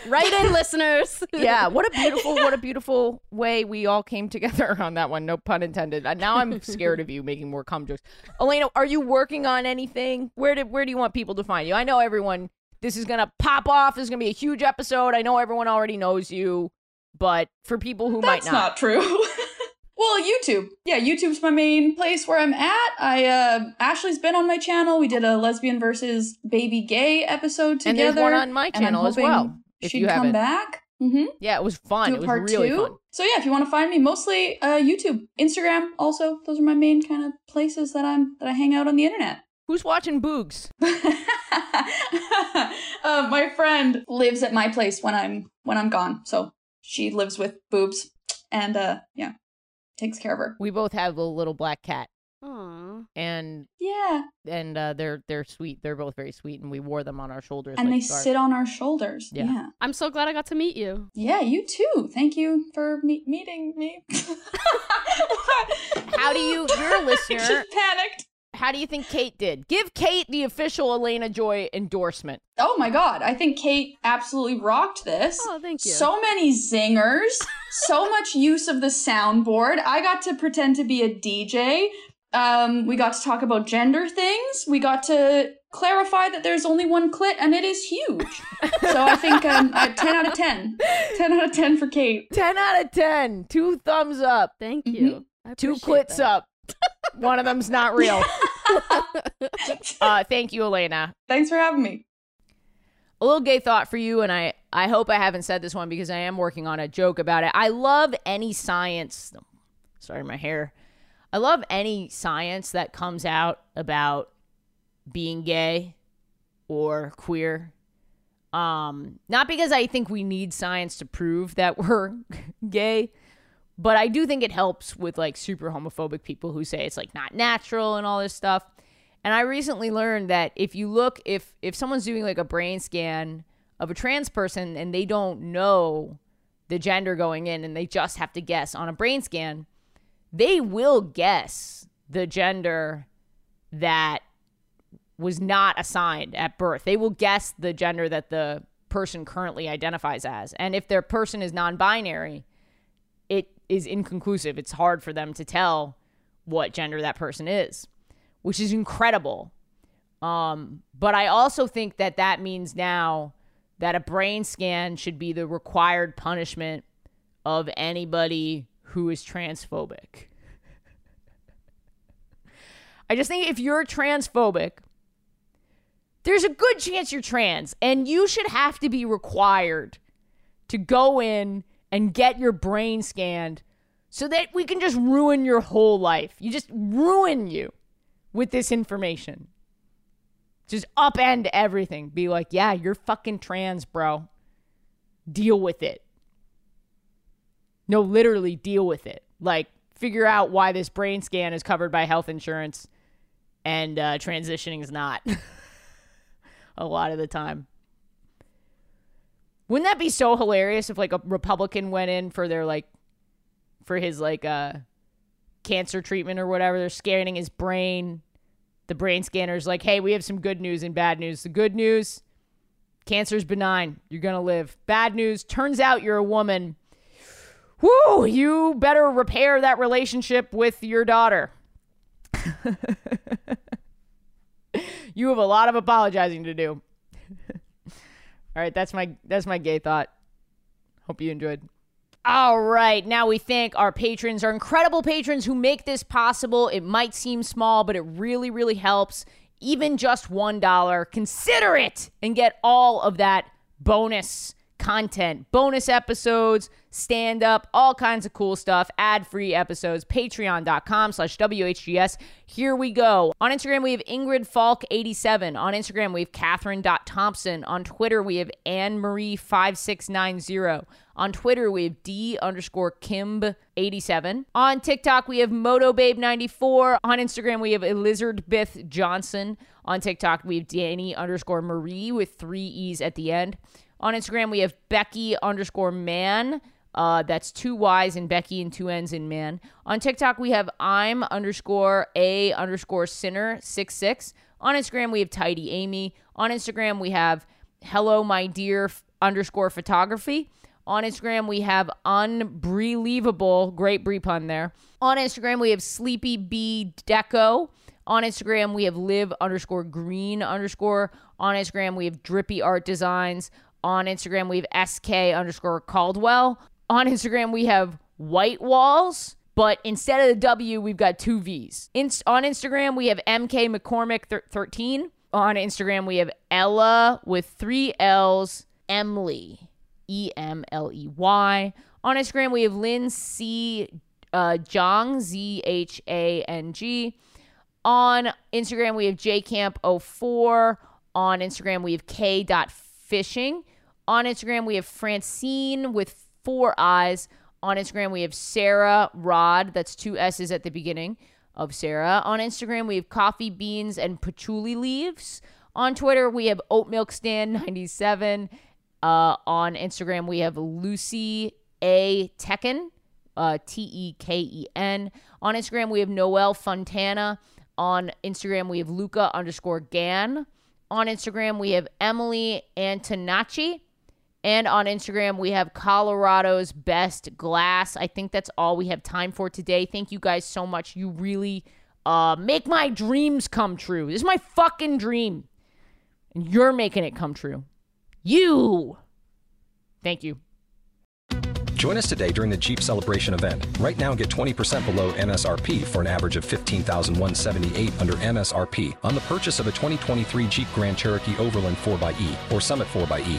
Speaker 1: Right (laughs) in listeners.
Speaker 2: yeah, what a beautiful, what a beautiful way we all came together (laughs) on that one. No pun intended. And now I'm scared of you making more cum jokes. Elena, are you working on anything? Where did where do you want people to find you? I know everyone. This is gonna pop off. This is gonna be a huge episode. I know everyone already knows you, but for people (laughs) who
Speaker 3: That's
Speaker 2: might
Speaker 3: not. true. (laughs) Well, YouTube. Yeah, YouTube's my main place where I'm at. I uh Ashley's been on my channel. We did a lesbian versus baby gay episode
Speaker 2: and
Speaker 3: together.
Speaker 2: there's one on my
Speaker 3: and I'm
Speaker 2: channel as
Speaker 3: hoping
Speaker 2: well. If
Speaker 3: she'd
Speaker 2: you
Speaker 3: come
Speaker 2: haven't,
Speaker 3: back. Mm-hmm.
Speaker 2: yeah, it was fun.
Speaker 3: Do
Speaker 2: It
Speaker 3: a
Speaker 2: was
Speaker 3: part
Speaker 2: really
Speaker 3: two.
Speaker 2: fun.
Speaker 3: So yeah, if you want to find me, mostly uh, YouTube, Instagram, also those are my main kind of places that I'm that I hang out on the internet.
Speaker 2: Who's watching Boogs?
Speaker 3: (laughs) uh, my friend lives at my place when I'm when I'm gone, so she lives with boobs, and uh, yeah, takes care of her.
Speaker 2: We both have a little black cat,
Speaker 1: Aw.
Speaker 2: and
Speaker 3: Yeah,
Speaker 2: and uh, they're they're sweet. They're both very sweet, and we wore them on our shoulders.
Speaker 3: and
Speaker 2: like
Speaker 3: they
Speaker 2: scarves.
Speaker 3: sit on our shoulders.
Speaker 2: Yeah.
Speaker 3: yeah.
Speaker 1: I'm so glad I got to meet you.
Speaker 3: Yeah, you too. Thank you for me- meeting me.
Speaker 2: How
Speaker 3: (laughs)
Speaker 2: do you- you're a listener.
Speaker 3: I just panicked.
Speaker 2: How do you think Kate did? Give Kate the official Elena Joy endorsement.
Speaker 3: Oh my god, I think Kate absolutely rocked this.
Speaker 1: Oh, thank you.
Speaker 3: So many zingers,
Speaker 1: (laughs)
Speaker 3: so much use of the soundboard. I got to pretend to be a DJ. Um, we got to talk about gender things. We got to clarify that there's only one clit and it is huge. so I think um, uh, 10 out of 10. 10 out of 10 for Kate.
Speaker 2: 10 out of 10. Two thumbs up.
Speaker 1: Thank
Speaker 3: Mhm.
Speaker 1: you. I
Speaker 2: Two
Speaker 1: appreciate
Speaker 2: quits
Speaker 1: that.
Speaker 2: up. One of them's not (laughs) real. uh, thank you, Elena.
Speaker 3: Thanks for having me.
Speaker 2: A little gay thought for you, and I, I hope I haven't said this one because I am working on a joke about it. I love any science. Sorry, my hair. I love any science that comes out about being gay or queer um not because i think we need science to prove that (laughs) we're gay but i do think it helps with like super homophobic people who say it's like not natural and all this stuff and i recently learned that if you look if if someone's doing like a brain scan of a trans person and they don't know the gender going in and they just have to guess on a brain scan they will guess the gender that was not assigned at birth. They will guess the gender that the person currently identifies as. And if their person is non binary, it is inconclusive. It's hard for them to tell what gender that person is, which is incredible. Um, but I also think that that means now that a brain scan should be the required punishment of anybody who is transphobic. (laughs) I just think if you're transphobic, there's a good chance you're trans, and you should have to be required to go in and get your brain scanned so that we can just ruin your whole life. You just ruin you with this information. Just upend everything. Be like, yeah, you're fucking trans, bro. Deal with it. No, literally deal with it. Like, figure out why this brain scan is covered by health insurance and uh, transitioning is not (laughs) a lot of the time. Wouldn't that be so hilarious if like a Republican went in for their like for his like uh cancer treatment or whatever, they're scanning his brain. The brain scanner's like, hey, we have some good news and bad news. The good news, cancer's benign. You're gonna live. Bad news, turns out you're a woman. Woo, you better repair that relationship with your daughter. (laughs) you have a lot of apologizing to do. (laughs) All right, that's my that's my gay thought. Hope you enjoyed. All right, now we thank our patrons, our incredible patrons who make this possible. It might seem small, but it really, really helps. Even just $1. Consider it and get all of that bonus content, bonus episodes, stand up, all kinds of cool stuff, ad free episodes, patreon.com slash WHGS. Here we go. On Instagram, we have Ingrid Falk87. On Instagram, we have Catherine.Thompson. On Twitter, we have Anne Marie5690. On Twitter, we have D underscore Kimb87. On TikTok, we have MotoBabe94. On Instagram, we have Elizabeth Johnson. On TikTok, we have Danny underscore Marie with three E's at the end. On Instagram, we have Becky underscore man. Uh, that's two Y's in Becky and two N's in man. On TikTok, we have I'm underscore A underscore sinner six six. On Instagram, we have Tidy Amy. On Instagram, we have Hello My Dear f- underscore photography. On Instagram, we have Unbelievable. Great Brie pun there. On Instagram, we have Sleepy B Deco. On Instagram, we have Live underscore green underscore. On Instagram, we have Drippy Art Designs. On Instagram, we have SK underscore Caldwell. On Instagram, we have White Walls, but instead of the W, we've got two V's. In- on Instagram, we have MK McCormick thir- 13. On Instagram, we have Ella with three L's, Emily, E M L E Y. On Instagram, we have Lynn C. Uh, Zhang, Z H A N G. On Instagram, we have jcamp04. On Instagram, we have k.fishing. On Instagram, we have Francine with four eyes. On Instagram, we have Sarah Rod. That's two S's at the beginning of Sarah. On Instagram, we have coffee beans and patchouli leaves. On Twitter, we have oat milk stand 97. Uh, on Instagram, we have Lucy A. Tekken, uh, T E K E N. On Instagram, we have Noel Fontana. On Instagram, we have Luca underscore Gan. On Instagram, we have Emily Antonacci. And on Instagram, we have Colorado's Best Glass. I think that's all we have time for today. Thank you guys so much. You really uh, make my dreams come true. This is my fucking dream. And you're making it come true. You. Thank you.
Speaker 6: Join us today during the Jeep Celebration event. Right now, get 20% below MSRP for an average of 15178 under MSRP on the purchase of a 2023 Jeep Grand Cherokee Overland 4xE or Summit 4xE.